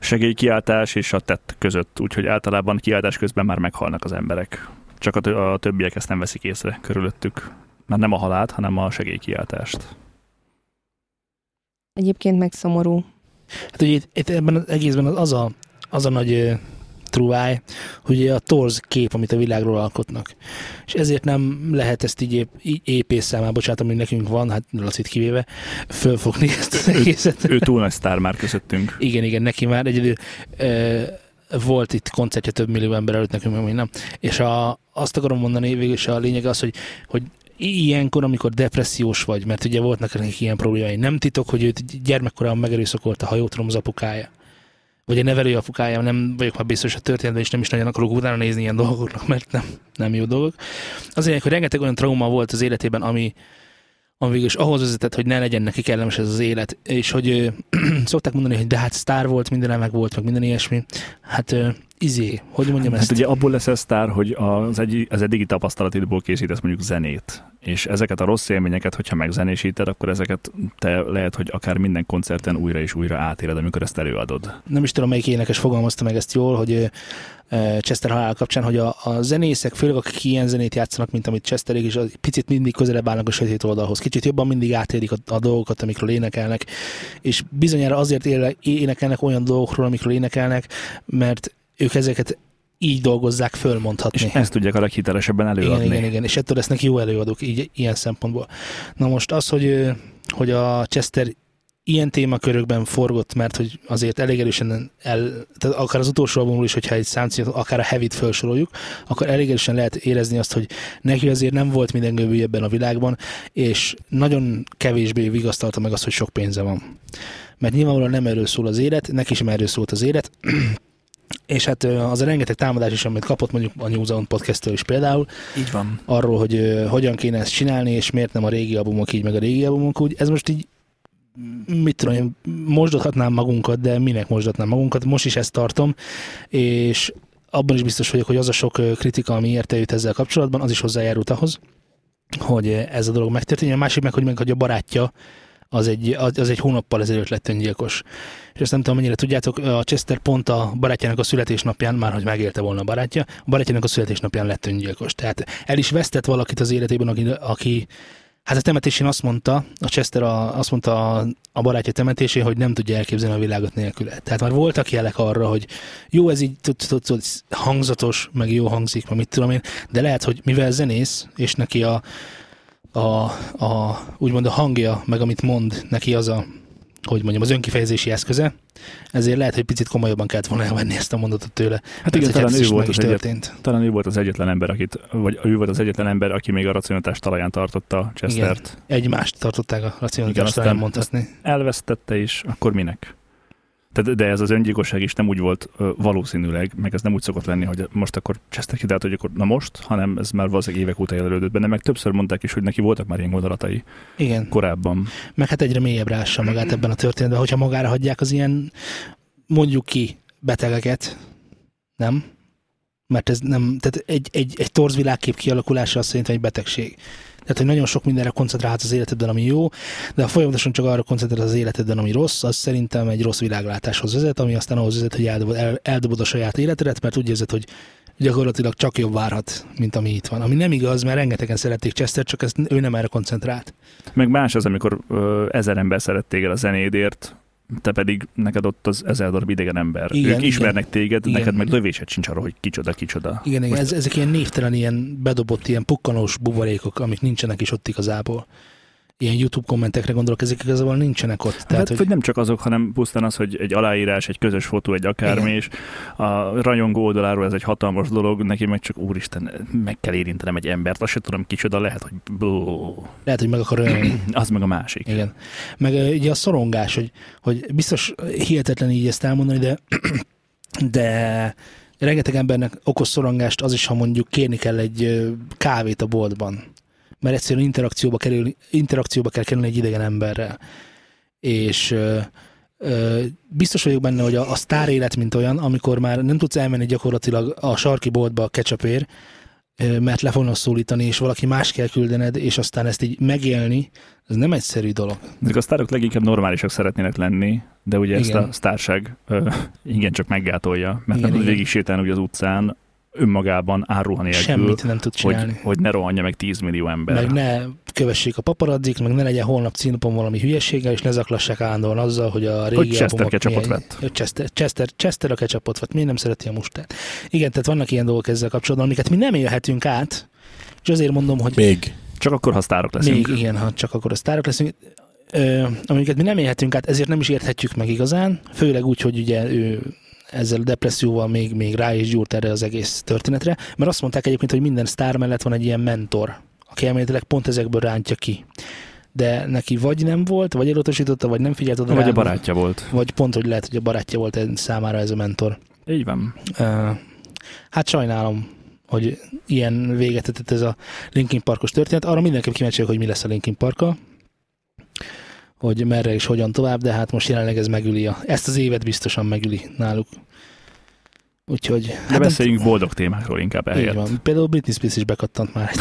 segélykiáltás és a tett között, úgyhogy általában kiáltás közben már meghalnak az emberek. Csak a, tö- a többiek ezt nem veszik észre körülöttük. Már nem a halált, hanem a segélykiáltást.
Egyébként meg szomorú.
Hát ugye itt, itt ebben az egészben az, az, a, az a nagy ö, truváj, hogy ugye a torz kép, amit a világról alkotnak. És ezért nem lehet ezt így ép, így épész számá, bocsánat, ami nekünk van, hát Lacit kivéve, fölfogni ezt az egészet.
Ő túl nagy sztár már közöttünk.
Igen, igen, neki már egyedül ö, volt itt koncertje több millió ember előtt, nekünk meg még nem. És a, azt akarom mondani, végül is a lényeg az, hogy, hogy i- ilyenkor, amikor depressziós vagy, mert ugye voltak nekik ilyen problémái, nem titok, hogy őt gyermekkorában megerőszakolt a hajótrom az apukája. Vagy a nevelő apukája, nem vagyok már biztos a történetben, és nem is nagyon akarok utána nézni ilyen dolgoknak, mert nem, nem jó dolgok. Az lényeg, hogy rengeteg olyan trauma volt az életében, ami, ami végül is ahhoz vezetett, hogy ne legyen neki kellemes ez az élet, és hogy ö, szokták mondani, hogy de hát sztár volt, minden meg volt, meg minden ilyesmi. Hát ö, izé, hogy mondjam
Hát
ezt?
ugye abból lesz ez sztár, hogy az, egy, az eddigi tapasztalatidból készítesz mondjuk zenét, és ezeket a rossz élményeket, hogyha megzenésíted, akkor ezeket te lehet, hogy akár minden koncerten újra és újra átéled, amikor ezt előadod.
nem is tudom, melyik énekes fogalmazta meg ezt jól, hogy ö, ö, Chester halál kapcsán, hogy a, a zenészek, főleg akik ilyen zenét játszanak, mint amit Chesterék, és az picit mindig közelebb állnak a sötét oldalhoz. Kicsit jobban mindig átélik a, a dolgokat, amikről énekelnek, és bizonyára azért éle- énekelnek olyan dolgokról, amikről énekelnek, mert ők ezeket így dolgozzák föl,
És
mondhatni.
ezt tudják a leghitelesebben
Igen,
előadni.
igen, igen, és ettől lesznek jó előadók így, ilyen szempontból. Na most az, hogy, ö, hogy a Chester ilyen témakörökben forgott, mert hogy azért elég erősen el, tehát akár az utolsó albumról is, hogyha egy számcímet, akár a hevit felsoroljuk, akkor elég erősen lehet érezni azt, hogy neki azért nem volt minden gömbölyű ebben a világban, és nagyon kevésbé vigasztalta meg azt, hogy sok pénze van. Mert nyilvánvalóan nem erről szól az élet, neki sem erről szólt az élet, és hát ö, az a rengeteg támadás is, amit kapott mondjuk a New Zealand podcast is például,
Így van.
arról, hogy ö, hogyan kéne ezt csinálni, és miért nem a régi albumok így, meg a régi albumok úgy. Ez most így, m- mit tudom én, mosdathatnám magunkat, de minek mosdatnám magunkat, most is ezt tartom, és abban is biztos vagyok, hogy az a sok ö, kritika, ami érte őt ezzel kapcsolatban, az is hozzájárult ahhoz, hogy ö, ez a dolog megtörténjen. A másik meg, hogy meg hogy a barátja, az egy, az az egy hónappal ezelőtt lett öngyilkos. És ezt nem tudom, mennyire tudjátok, a Chester pont a barátjának a születésnapján, már hogy megélte volna a barátja, a barátjának a születésnapján lett öngyilkos. Tehát el is vesztett valakit az életében, aki, aki hát a temetésén azt mondta, a Chester a, azt mondta a, a barátja temetésén, hogy nem tudja elképzelni a világot nélküle. Tehát már voltak jelek arra, hogy jó, ez így tud, tud, tud, hangzatos, meg jó hangzik, meg mit tudom én, de lehet, hogy mivel zenész, és neki a, a, a, úgymond a hangja, meg amit mond neki az a, hogy mondjam, az önkifejezési eszköze, ezért lehet, hogy picit komolyabban kellett volna elvenni ezt a mondatot tőle.
Hát igen,
Mert, hogy
talán
ez
ő
is
volt
meg is
az egyet,
történt.
Talán ő volt az egyetlen ember, akit, vagy ő volt az egyetlen ember, aki még a racionalitás talaján tartotta Chestert. Igen.
Egymást tartották a
Igen,
racionalitást,
aztán-
nem mondhatni.
Elvesztette is, akkor minek? Tehát, de ez az öngyilkosság is nem úgy volt ö, valószínűleg, meg ez nem úgy szokott lenni, hogy most akkor Chester kidált, hogy akkor na most, hanem ez már valószínűleg évek óta jelölődött benne, meg többször mondták is, hogy neki voltak már ilyen gondolatai
Igen,
korábban.
meg hát egyre mélyebbre ássa magát ebben a történetben, hogyha magára hagyják az ilyen, mondjuk ki, betegeket, nem? Mert ez nem, tehát egy, egy, egy torz világkép kialakulása az szerintem egy betegség. Tehát, hogy nagyon sok mindenre koncentrálhat az életedben, ami jó, de ha folyamatosan csak arra koncentrálsz az életedben, ami rossz, az szerintem egy rossz világlátáshoz vezet, ami aztán ahhoz vezet, hogy eldobod, el, eldobod a saját életedet, mert úgy érzed, hogy gyakorlatilag csak jobb várhat, mint ami itt van. Ami nem igaz, mert rengetegen szerették Chester, csak ezt ő nem erre koncentrált.
Meg más az, amikor ö, ezer ember szeret téged a zenédért, te pedig neked ott az ezer darab idegen ember.
Igen,
ők
igen.
ismernek téged,
Igen.
neked meg lövésed sincs arra, hogy kicsoda, kicsoda.
Igen, igen ez,
Most-
ezek ilyen névtelen, ilyen bedobott, ilyen pukkanós buborékok, amik nincsenek is ott igazából. Ilyen YouTube kommentekre gondolok, ezek igazából nincsenek ott. Tehát, hát,
Tehát, hát,
hogy,
hogy nem csak azok, hanem pusztán az, hogy egy aláírás, egy közös fotó, egy akármi,
Igen.
és a rajongó oldaláról ez egy hatalmas dolog, neki meg csak úristen, meg kell érintenem egy embert, azt se tudom kicsoda, lehet, hogy bó,
lehet, hogy meg akar ölni.
az meg a másik.
Igen. Meg ö, ugye a szorongás, hogy, hogy biztos hihetetlen így ezt elmondani, de, de rengeteg embernek okoz szorongást az is, ha mondjuk kérni kell egy ö, kávét a boltban. Mert egyszerűen interakcióba, kerül, interakcióba kell kerülni egy idegen emberrel. És ö, ö, biztos vagyok benne, hogy a, a sztár élet, mint olyan, amikor már nem tudsz elmenni gyakorlatilag a sarki boltba a ketchupért, ö, mert le fognak szólítani, és valaki más kell küldened, és aztán ezt így megélni, ez nem egyszerű dolog.
Ezek a sztárok leginkább normálisak szeretnének lenni, de ugye igen. ezt
Igen.
a sztárság ö, igencsak meggátolja, mert
Igen,
nem tud
igen.
végig sétálni ugye az utcán önmagában áruha nélkül,
Semmit nem tud csinálni.
hogy, hogy ne rohanja meg 10 millió ember.
Meg ne kövessék a paparazzik, meg ne legyen holnap cínpon valami hülyeséggel, és ne zaklassák állandóan azzal, hogy a régi
Hogy Chester
albumok
ketchupot
milyen-
vett.
Hogy Chester, Chester, Chester a ketchupot vett, miért nem szereti a mustát? Igen, tehát vannak ilyen dolgok ezzel kapcsolatban, amiket mi nem élhetünk át, és azért mondom, hogy
Még.
Csak akkor, ha sztárok leszünk.
még igen, ha csak akkor a sztárok leszünk, ö, amiket mi nem élhetünk át, ezért nem is érthetjük meg igazán, főleg úgy, hogy ugye ő ezzel a depresszióval még, még rá is gyúrt erre az egész történetre, mert azt mondták egyébként, hogy minden sztár mellett van egy ilyen mentor, aki elméletileg pont ezekből rántja ki. De neki vagy nem volt, vagy elutasította, vagy nem figyelt oda
Vagy
rá,
a barátja volt.
Vagy pont, hogy lehet, hogy a barátja volt egy- számára ez a mentor.
Így van.
Ö, hát sajnálom, hogy ilyen véget tett ez a Linkin Parkos történet. Arra mindenképp kíváncsi vagyok, hogy mi lesz a Linkin Parkkal, hogy merre és hogyan tovább, de hát most jelenleg ez megüli. A, ezt az évet biztosan megüli náluk. Úgyhogy... hát
De
nem
beszéljünk boldog témákról inkább
tudom,
ehelyett.
így van. Például Britney Spears is bekattant már egy.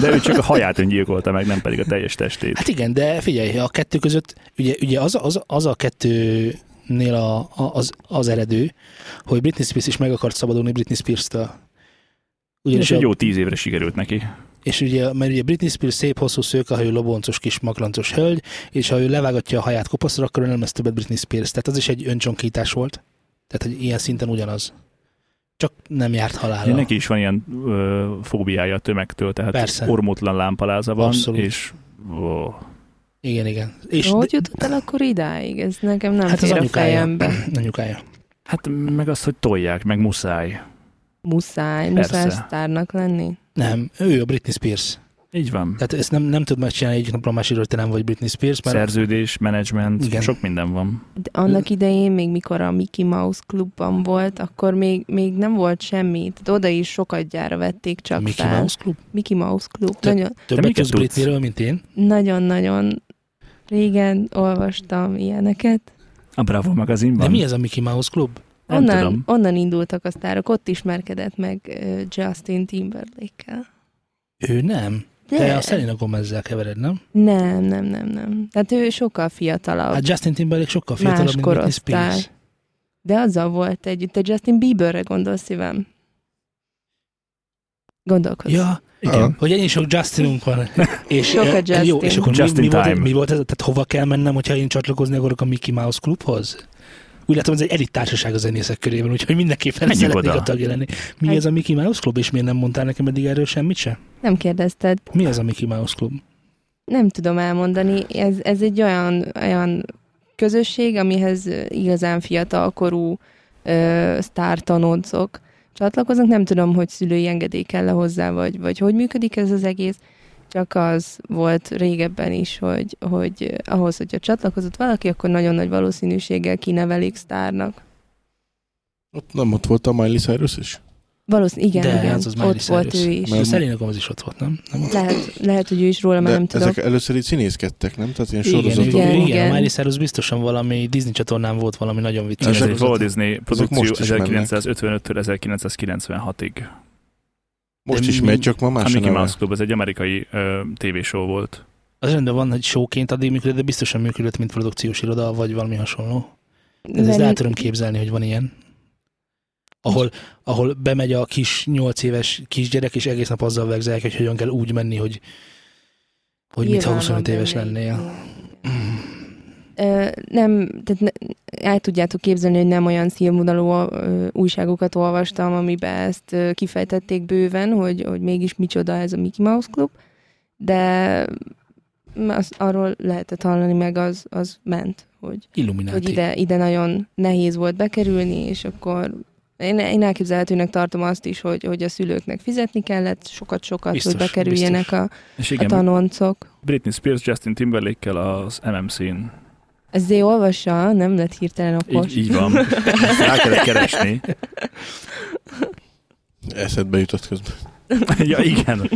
De ő csak a haját öngyilkolta meg, nem pedig a teljes testét.
Hát igen, de figyelj, a kettő között, ugye, ugye az, a- az, a- az a kettő nél a, a, az, az eredő, hogy Britney Spears is meg akart szabadulni Britney Spears-től.
És
Ugyanis a
egy jó tíz évre sikerült neki.
És ugye, mert ugye Britney Spears szép, hosszú szőkehajú, loboncos, kis maklancos hölgy, és ha ő levágatja a haját kopaszra, akkor ő nem lesz többet Britney Spears. Tehát az is egy öncsonkítás volt. Tehát, hogy ilyen szinten ugyanaz. Csak nem járt halállal.
Neki is van ilyen ö, fóbiája a tömegtől, tehát
Persze.
ormótlan lámpaláza van,
Abszolút.
és ó,
Igen, igen. És
Hogy jutott el akkor idáig? Ez nekem nem
Hát
hát
az
fér a
anyukája.
fejembe.
anyukája.
Hát meg az, hogy tolják, meg muszáj.
Muszáj,
Persze.
muszáj sztárnak lenni.
Nem, ő a Britney Spears.
Így van.
Tehát ezt nem, nem tud megcsinálni egyik napra a másikra, hogy te nem vagy Britney Spears, mert
Szerződés, menedzsment,
Igen.
sok minden van.
De annak idején, még mikor a Mickey Mouse klubban volt, akkor még, még nem volt semmi. Tehát oda is sokat gyára vették csak
Mickey
fel.
Mouse Club.
Mickey Mouse klub.
Te-
Nagyon-
Többet
miket
tudsz
tudsz?
Britneyről, mint én.
Nagyon-nagyon régen olvastam ilyeneket.
A Bravo magazinban?
De mi ez a Mickey Mouse Club?
Nem
Onnan,
tudom.
onnan indultak a sztárok, ott ismerkedett meg ö, Justin Timberlake-kel.
Ő nem.
De
Te a Selena Gomez-zel kevered, nem?
Nem, nem, nem, nem. Tehát ő sokkal fiatalabb.
Hát Justin Timberlake sokkal fiatalabb,
Más
mint Britney
korosztály.
Spears.
De azzal volt együtt. Te Justin Bieberre gondolsz, szívem? Gondolkodsz.
Ja, igen. Hogy ennyi sok Justinunk van. És,
Sok a Justin.
Jó, és akkor
Just
mi,
in
mi, volt,
time.
mi volt ez? Tehát hova kell mennem, hogyha én csatlakozni akarok a Mickey Mouse klubhoz? Úgy látom, ez egy elit társaság a zenészek körében, úgyhogy mindenképpen
Menjünk
szeretnék
oda.
a tagja lenni. Mi
Hát-
ez a Mickey Mouse klub, és miért nem mondtál nekem eddig erről semmit se?
Nem kérdezted.
Mi ez a Mickey Mouse klub?
Nem tudom elmondani. Ez, ez egy olyan, olyan közösség, amihez ö, igazán fiatalkorú ö, sztártanócok csatlakoznak. Nem tudom, hogy szülői engedély kell -e hozzá, vagy, vagy hogy működik ez az egész. Csak az volt régebben is, hogy, hogy ö, ahhoz, hogyha csatlakozott valaki, akkor nagyon nagy valószínűséggel kinevelik sztárnak.
Ott nem ott volt a Miley Cyrus is?
Valószínű, igen,
De hát
igen.
az az Miley
ott volt
Cyrus.
ő is.
És a
Mert-
Selena Gomez is ott volt, nem? nem ott.
Lehet, lehet, hogy ő is róla, már
De
nem tudom.
ezek először itt színészkedtek, nem? Tehát ilyen
Igen,
sorozatok.
igen,
Igen,
igen,
igen.
a Miley Cyrus biztosan valami Disney csatornán volt valami nagyon vicces.
Ez egy
sorozat.
Walt Disney produkció
most is
1955-től 1996-ig.
Most
De
is
mi-
megy, csak ma
A
más a
Mickey
neve.
Mouse Club, ez egy amerikai ö, tévéshow volt.
Az rendben van, hogy showként addig működött, de biztosan működött, mint produkciós iroda, vagy valami hasonló. Ez, ezt
Velük-
el tudom képzelni, hogy van ilyen. Ahol, ahol bemegy a kis nyolc éves kisgyerek, és egész nap azzal vegzelek, hogy hogyan kell úgy menni, hogy, hogy mintha
Nyilván
25
van
éves
benne egy
lennél. Mm.
Ö, nem, tehát ne, el tudjátok képzelni, hogy nem olyan színvonalú ö, újságokat olvastam, amiben ezt ö, kifejtették bőven, hogy, hogy mégis micsoda ez a Mickey Mouse Club, de az, arról lehetett hallani, meg az, az ment, hogy, hogy
Illumináti.
ide, ide nagyon nehéz volt bekerülni, és akkor én, én elképzelhetőnek tartom azt is, hogy, hogy a szülőknek fizetni kellett sokat-sokat,
Biztos,
hogy bekerüljenek
biztos.
a,
És
Hát a
igen,
tanoncok.
Britney Spears Justin Timberlake-kel az MMC-n.
Ezért olvassa, nem lett hirtelen okos.
Így, így van. Ezt Rá kellett keresni.
Eszedbe jutott közben.
Ja, igen.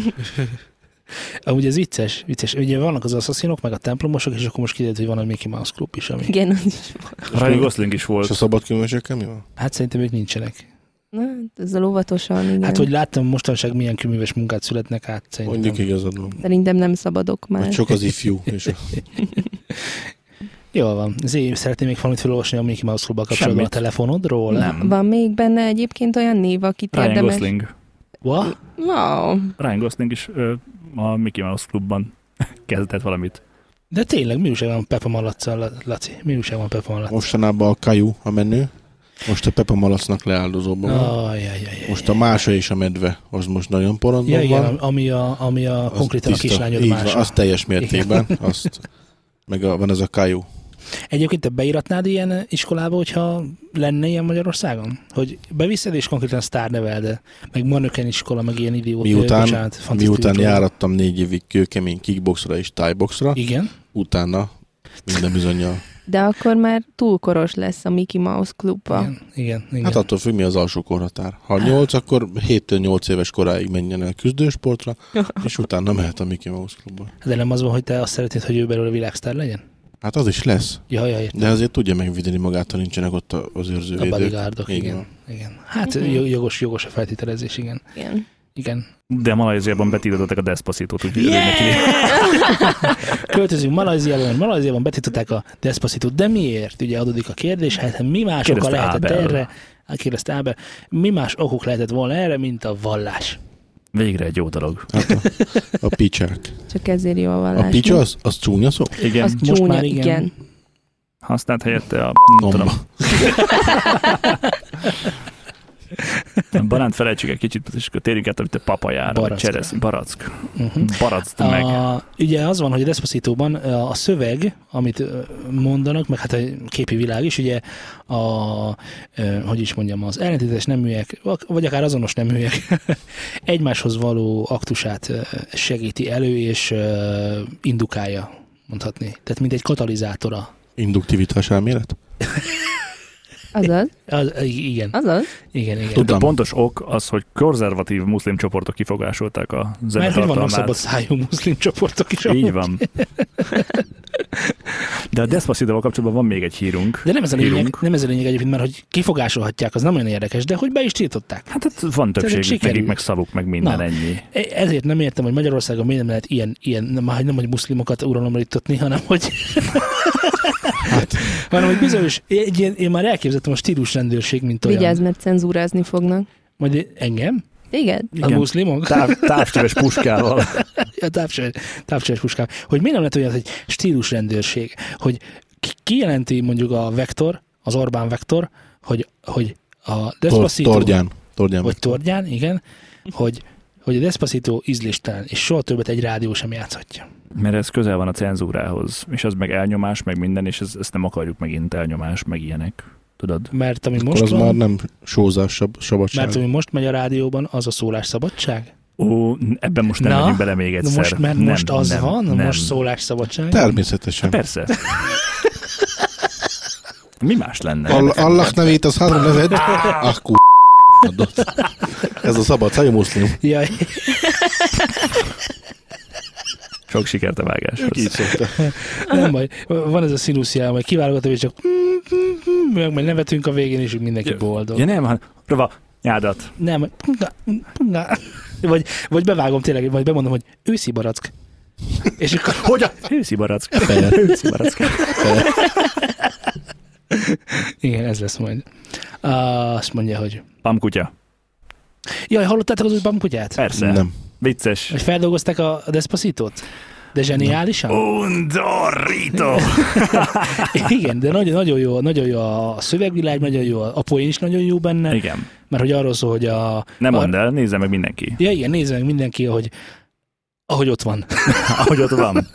Amúgy ez vicces, vicces. Ugye vannak az asszaszinok, meg a templomosok, és akkor most kiderült, hogy van a Mickey Mouse klub is, ami...
Igen, az is volt.
Ryan Gosling is
És a
volt.
szabad különbségekkel mi van?
Hát szerintem ők nincsenek.
Na, hát ezzel óvatosan, igen.
Hát, hogy láttam mostanság milyen küműves munkát születnek át, szerintem.
Mondjuk igazad van.
Szerintem nem szabadok már.
Vagy sok az ifjú. És
Jól van. Zé, szeretném még valamit felolvasni a Mickey Mouse Club-bal kapcsolatban a
Semmit.
telefonodról?
Nem.
Van még benne egyébként olyan név, akit
Ryan
érdemes...
Gosling.
Wa?
Wow.
Ryan Gosling is ö, a Mickey Mouse Clubban kezdett valamit.
De tényleg, mi újság van Pepa Malaccal, La- Laci? Mi újság van Pepa Malaccal?
mostanában a Kajú a menő, most a Pepa Malacnak leáldozóban van.
Ajajajaj.
Most a mása és a medve, az most nagyon porondban
Ja,
van.
igen, ami a, ami a
Az
konkrétan a
tiszta.
kislányod
Így
más.
Van, az teljes mértékben. Azt, meg a, van ez a Kajú.
Egyébként te beiratnád ilyen iskolába, hogyha lenne ilyen Magyarországon? Hogy beviszed és konkrétan sztárneveled, meg manöken iskola, meg ilyen idiót.
Miután-
bocsánat, fantasztikus
Miután
dolog.
járattam négy évig kőkemény kickboxra és thaiboxra,
Igen.
utána minden bizonyal.
De akkor már túl koros lesz a Mickey Mouse klubba.
Igen, igen, igen.
Hát attól függ, mi az alsó korhatár. Ha 8, akkor 7-8 éves koráig menjen el küzdősportra, és utána mehet a Mickey Mouse klubba.
De nem az van, hogy te azt szeretnéd, hogy ő belőle világsztár legyen?
Hát az is lesz,
Ja, ja, értem.
de azért tudja megvédeni magát, ha nincsenek ott a- az
A
őrzővédők.
bodyguardok,
Így
igen.
van.
igen. Hát
Mhm.
jo- jogos, jogos a feltételezés, igen.
Igen.
Igen.
De Malajziában betiltották a Despacitót, úgyhogy
Yeah!
yeah! neki
Költözünk Malajziába, mert Malajziában betitották a Despacitot, de miért? Ugye adódik a kérdés, hát mi más oka
Kérdezte
lehetett
Ábel.
erre? Hát kérdezte Ábel, mi más okuk lehetett volna erre, mint a vallás?
Végre egy jó dolog.
Hát a, a picsák.
Csak ezért jó a
A
vallás.
picsa az, az csúnya szó?
Igen,
Az
Azt...
Most
csúnya,
már igen.
igen. igen.
használt helyette a...
Gomba.
Tudom, Banánt felejtsük egy kicsit, és akkor térjünk át, amit a papajára, vagy
Barackra.
cseresz, barack.
Uh-huh.
Barack meg.
A, ugye az van, hogy a Despacito-ban a szöveg, amit ö, mondanak, meg hát a képi világ is, ugye a, ö, hogy is mondjam, az ellentétes neműek, ak- vagy akár azonos neműek egymáshoz való aktusát ö, segíti elő és ö, indukálja, mondhatni. Tehát mint egy katalizátora.
Induktivitás elmélet?
Azaz,
Az, i- igen,
azaz.
igen, igen.
De a
Tudom.
pontos ok az, hogy konzervatív muszlim csoportok kifogásolták a
Mert hogy vannak
zenetartalmát.
szabad szájú muszlim csoportok is.
Így
amúgy.
van. De a Despacito-val kapcsolatban van még egy hírunk.
De nem ez a lényeg,
Írunk.
nem ez a lényeg egyébként, mert hogy kifogásolhatják, az nem olyan érdekes, de hogy be is tiltották.
Hát ott van többségük,
sikerült.
nekik meg szavuk, meg minden
Na.
ennyi.
E- Ezért nem értem, hogy Magyarországon miért nem lehet ilyen, ilyen nem, hogy nem hogy muszlimokat uralomra juttatni, hanem hogy,
Hát,
hanem hogy bizonyos, egy ilyen, én már elképzeltem a stílusrendőrség, mint olyan.
Vigyázz, mert cenzúrázni fognak.
Majd engem?
Igen?
Igen. A
Igen.
muszlimok?
Táv, távcsöves puskával.
a távcsöves, távcsöves puskám. Hogy miért nem lehet olyan, hogy stílusrendőrség, hogy ki- kijelenti mondjuk a vektor, az Orbán vektor, hogy, hogy a
tor-
Despacito,
torgyán. Torgyán.
vagy Tordján, igen, hogy, hogy a Despacito ízléstelen, és soha többet egy rádió sem játszhatja.
Mert ez közel van a cenzúrához, és az meg elnyomás, meg minden, és ez, ezt nem akarjuk megint elnyomás, meg ilyenek. Tudod?
Mert ami
Akkor
most
az
van,
már nem sózás, sab- szabadság.
Mert ami most megy a rádióban, az a szólásszabadság?
Ó, ebben most nem
Na,
megyünk bele még egyszer.
Na most, mert
nem,
most az
nem,
van,
nem.
most szólásszabadság?
Természetesen.
Hát
Persze. Mi más lenne?
All- Allah nevét az három neved. Ah, kú... adott. Ez a szabad szájú muszlim.
Jaj,
Sok sikert a vágáshoz.
szokta.
nem baj. Van ez a színuszjel, majd kiválogatom, és csak meg majd nevetünk a végén, és így mindenki boldog.
Ja nem, hanem Rova, nyádat.
Nem, vagy, vagy bevágom tényleg, vagy bemondom, hogy őszi barack. És akkor
Hogy a... Hőszi barack.
Fel.
Hőszi barack.
igen, ez lesz majd. Ah, Azt mondja, hogy
Pamkutya.
jaj, hallottátok az új bamkutyát?
Persze.
Nem.
Vicces.
Hogy feldolgozták a Despacitót? De zseniálisan?
Undorító.
Igen, de nagyon, nagyon, jó, nagyon jó a szövegvilág, nagyon jó, a a poén is nagyon jó benne,
Igen.
mert hogy arról szól, hogy a...
Nem
a-
mondd el, nézze meg mindenki.
Ja igen, nézze meg mindenki, ahogy, ahogy ott van.
Ahogy ott van.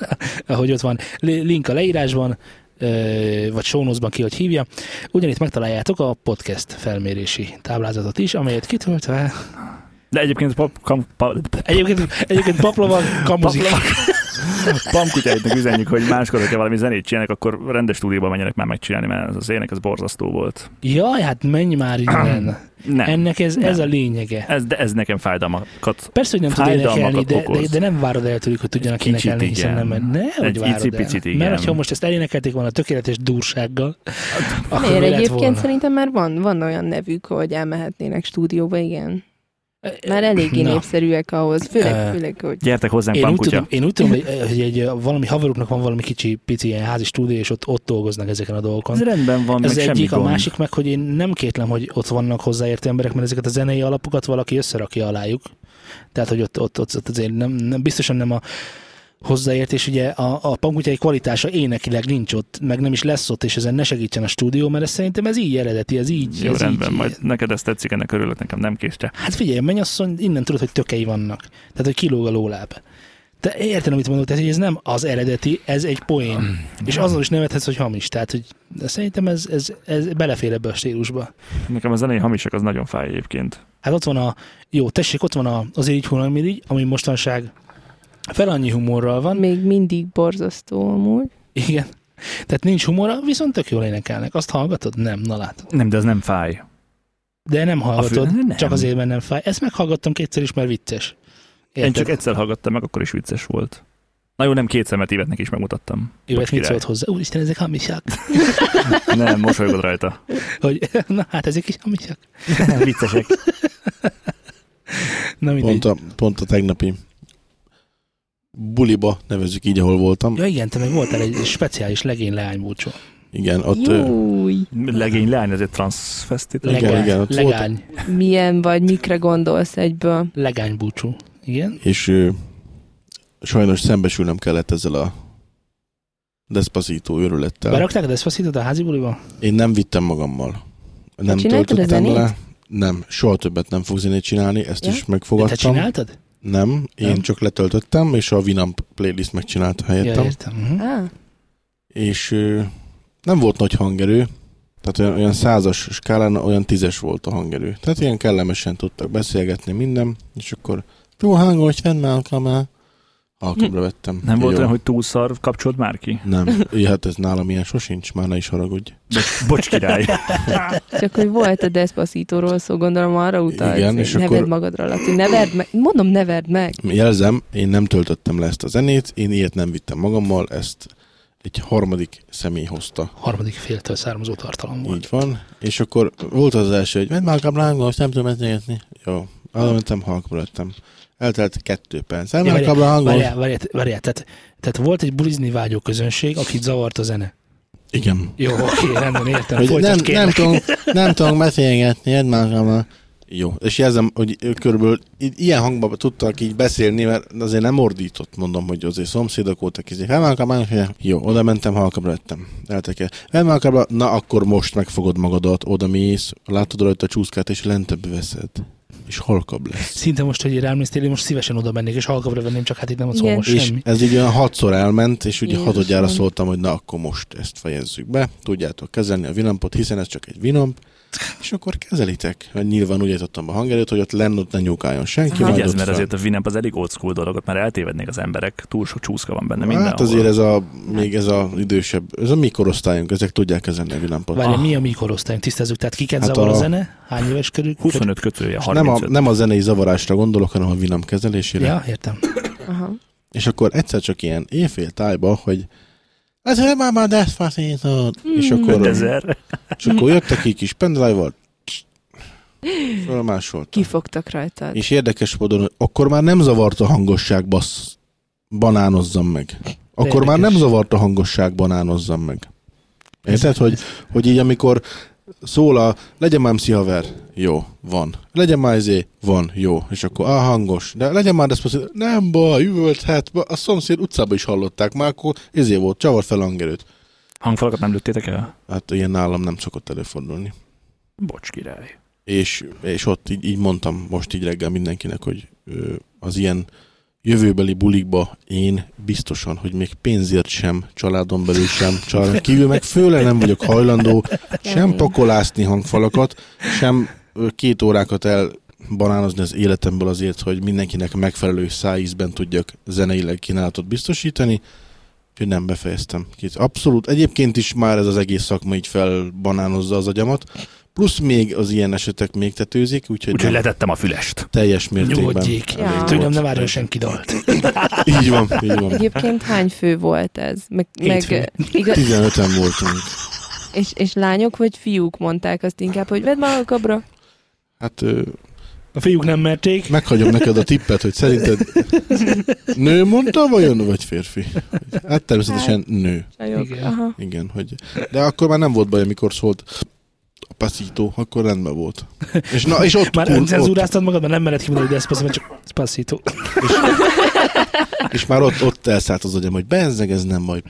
ahogy ott van. Li- Link a leírásban, ö, vagy sónozban ki, hogy hívja. Ugyanitt megtaláljátok a podcast felmérési táblázatot is, amelyet kitöltve...
De egyébként pap, kam, pa,
Egyébként, egyébként paplova kamuzik.
Paplova. pamkutyáitnak üzenjük, hogy máskor, hogyha valami zenét csinálnak, akkor rendes stúdióba menjenek már megcsinálni, mert ez az ének az borzasztó volt.
Jaj, hát menj már innen.
Nem. En...
Ennek ez, ez a
Nem.
lényege.
Ez, de ez nekem fájdalmakat.
Persze, hogy nem tud
Fájdalmakat
énekelni, de, de,
okoz.
de, nem várod el tőlük, hogy tudjanak
Kicsit
énekelni, hiszen
igen.
nem. Ne, hogy
Egy
várod el.
icipicit igen.
Mert ha most ezt elénekelték volna tökéletes dursággal, akkor mi
Miért
lett
egyébként
volna?
szerintem már van, van olyan nevük, hogy elmehetnének stúdióba, igen. Már eléggé
Na.
népszerűek ahhoz, főleg,
Eh,
főleg, hogy
Gyertek hozzánk,
Én úgy,
pamkutya.
tudom, én úgy tudom, hogy, hogy egy, eh, valami haveruknak van valami kicsi, pici ilyen házi stúdió, és ott, ott dolgoznak ezeken a dolgokon.
Ez rendben van,
Ez
meg semmi
egyik, a
gond.
másik meg, hogy én nem kétlem, hogy ott vannak hozzáértő emberek, mert ezeket E a zenei alapokat valaki összerakja alájuk. Tehát, hogy ott, ott, ott, ott azért nem, nem, biztosan nem a hozzáértés, ugye a, a pankutyai kvalitása énekileg nincs ott, meg nem is lesz ott, és ezen ne segítsen a stúdió, mert ez szerintem ez így eredeti, ez így.
Jó,
ez
rendben,
így,
majd neked ezt tetszik, ennek örülök, nekem nem késte.
Hát figyelj, mennyasszony, innen tudod, hogy tökei vannak. Tehát, hogy kilóg a lóláb. Te érted, amit mondok, tehát hogy ez nem az eredeti, ez egy poén. És azon is nevethetsz, hogy hamis. Tehát, hogy de szerintem ez, ez, ez belefér ebbe a stílusba.
Nekem a zenei hamisak az nagyon fáj egyébként.
Hát ott van a, jó, tessék, ott van a, azért így hónap így, ami mostanság fel annyi humorral van.
még mindig borzasztó amúgy.
Igen. Tehát nincs humora, viszont tök jól énekelnek. Azt hallgatod? Nem, na látod.
Nem, de ez nem fáj.
De nem hallgatod,
fül- nem.
csak azért, mert nem fáj. Ezt meghallgattam kétszer is, mert vicces.
Én csak
Érted?
egyszer hallgattam meg, akkor is vicces volt. Na jó, nem két szemet évetnek is megmutattam.
Jó,
Bocs,
hát mit
király.
szólt hozzá? Úristen, ezek hamisak.
Nem, mosolygod rajta.
hogy na hát ezek is hamisak.
Viccesek.
Na mindegy.
Pont a, pont a tegnapi buliba, nevezzük így, ahol voltam.
Ja igen, te meg voltál egy speciális legény leánybúcsó.
Igen, ott... ö,
Júj,
Legény leány, ezért transvestit.
Leg-
Legány,
igen, ott volt.
legány,
milyen vagy, mikre gondolsz egyből?
legány búcsú. Igen?
És ö, sajnos szembesülnöm kellett ezzel a despacito őrülettel.
Berakták a despacito a házi buliba?
Én nem vittem magammal. Nem
Csináltad a
töltöttem
zenét?
le. Nem, soha többet nem fogsz zenét csinálni, ezt
Ja?
is
De te
megfogadtam.
csináltad?
Nem, én
Nem? csak
csak letöltöttem, és a Vinamp playlist megcsinálta
Ja,
helyettem.
értem. Mhm.
Á,
és ö, nem volt nagy hangerő, tehát olyan, olyan százas skálán olyan tízes volt a hangerő. Tehát ilyen kellemesen tudtak beszélgetni minden, és akkor jó hangos, fenn alkalmá. Alkalomra
Hm.
vettem.
Nem volt
Jó.
olyan, hogy túlszar kapcsolt már ki?
Nem. Ja, hát ez nálam ilyen sosincs, már ne is haragudj.
Bocs, bocs király.
csak hogy volt a Despacitóról szó, gondolom arra utalsz.
Igen,
hogy
és
neved
akkor-
magadra, Laci. Neverd meg. Mondom, neverd meg.
Jelzem, én nem töltöttem le ezt a zenét, én ilyet nem vittem magammal, ezt egy harmadik személy hozta.
Harmadik féltől származó tartalom volt.
Így van. És akkor volt az első, hogy menj már kablánba, most nem tudom beszélgetni. Jó. Elmentem, halkba lettem. Eltelt kettő perc. Menj már
várjál,
kablán
Várjál, várjál, várjál. Tehát, tehát volt egy bulizni vágyó közönség, akit zavart a zene.
Igen.
Jó, oké, rendben, értem.
Hogy
Folytasd,
nem,
kérlek.
nem, tudom, nem tudom beszélgetni, egy már kablán. Jó. És jelzem, hogy ő körülbelül i- ilyen hangban tudtak így beszélni, mert azért nem ordított, mondom, hogy azért szomszédok voltak, így felmelkam, jó, oda mentem, halkabb lettem. Elteke. Felmelkam, na akkor most megfogod magadat, oda mész, látod rajta a csúszkát, és lentebb veszed. És halkabb lesz.
Szinte most, hogy így rámnéztél, én most szívesen oda mennék, és halkabbra venném, csak hát itt nem szól
Igen.
most
És
semmi.
ez így olyan hatszor elment, és ugye
Jézusom.
hatodjára szóltam, hogy na akkor most ezt fejezzük be, tudjátok kezelni a vinampot, hiszen ez csak egy vinamp, és akkor kezelitek. Mert nyilván úgy ejtettem a hangerőt, hogy ott lenn ott ne nyúkáljon senki,
Aha.
majd
Vigyázz,
ott
mert
fel.
azért a Winamp az elég old school dolog, ott már eltévednék az emberek, túl sok csúszka van benne
Hát
mindenhol.
azért ez a, még ez a idősebb, ez a mi korosztályunk, ezek tudják kezelni a vinampot.
Várjál,
Ah.
mi a mi korosztályunk? Tisztázzuk, tehát kiket
Hát
zavar a...
a-
zene? Hány éves körül?
25 kötője,
És Nem a,
35.
nem a zenei zavarásra gondolok, hanem a vinamp kezelésére.
Ja, értem.
Aha.
És akkor egyszer csak ilyen éjfél tájba, hogy ez nem már már despacito. És akkor,
5000.
és akkor jöttek ki kis pendrive-val, fölmásolta.
Kifogtak rajtad.
És érdekes módon, hogy akkor már nem zavart a hangosság, bassz, banánozzam meg. Akkor
Érdekes.
már nem zavart a hangosság, banánozzam meg. Érted, hogy, hogy így amikor szól a legyen már MC haver, jó, van. Legyen már izé, van, jó. És akkor a hangos, de legyen már ezt nem baj, üvölthet, ba- a szomszéd utcába is hallották, már akkor izé volt, csavar fel hangerőt.
Hangfalakat nem lőttétek el?
Hát ilyen nálam nem szokott előfordulni.
Bocs király.
és, és ott így, így mondtam most így reggel mindenkinek, hogy ö, az ilyen jövőbeli bulikba én biztosan, hogy még pénzért sem, családon belül sem, családon kívül, meg főleg nem vagyok hajlandó sem pakolászni hangfalakat, sem ö, két órákat el banánozni az életemből azért, hogy mindenkinek megfelelő szájízben tudjak zeneileg kínálatot biztosítani, úgyhogy nem befejeztem. Két abszolút. Egyébként is már ez az egész szakma így felbanánozza az agyamat, plusz még az ilyen esetek még tetőzik, úgyhogy
Úgyhogy
nem,
letettem a fülest.
teljes mértékben.
Nyugodjék.
elég
Ja.
volt.
Tőlem nem várjon senki dalt.
Így van, így van.
Egyébként hány fő volt ez? Meg,
fő.
meg igaz,
15-en voltunk.
és, és lányok vagy fiúk mondták azt inkább, hogy vedd már a kabra.
Hát ö,
A fiúk nem merték.
meghagyom neked a tippet, hogy szerinted nő mondta vajon, vagy férfi? Hát természetesen nő.
Csajok.
Igen.
Aha.
Igen, hogy... De akkor már nem volt baj, amikor szólt a paszító, akkor rendben volt. És, na, és ott,
Már
kur- ott,
öncenzúráztad magad, mert nem mered kimondani, hogy Despacito, csak Despacito.
és már ott, ott elszállt az agyam, hogy benzeg, ez nem baj.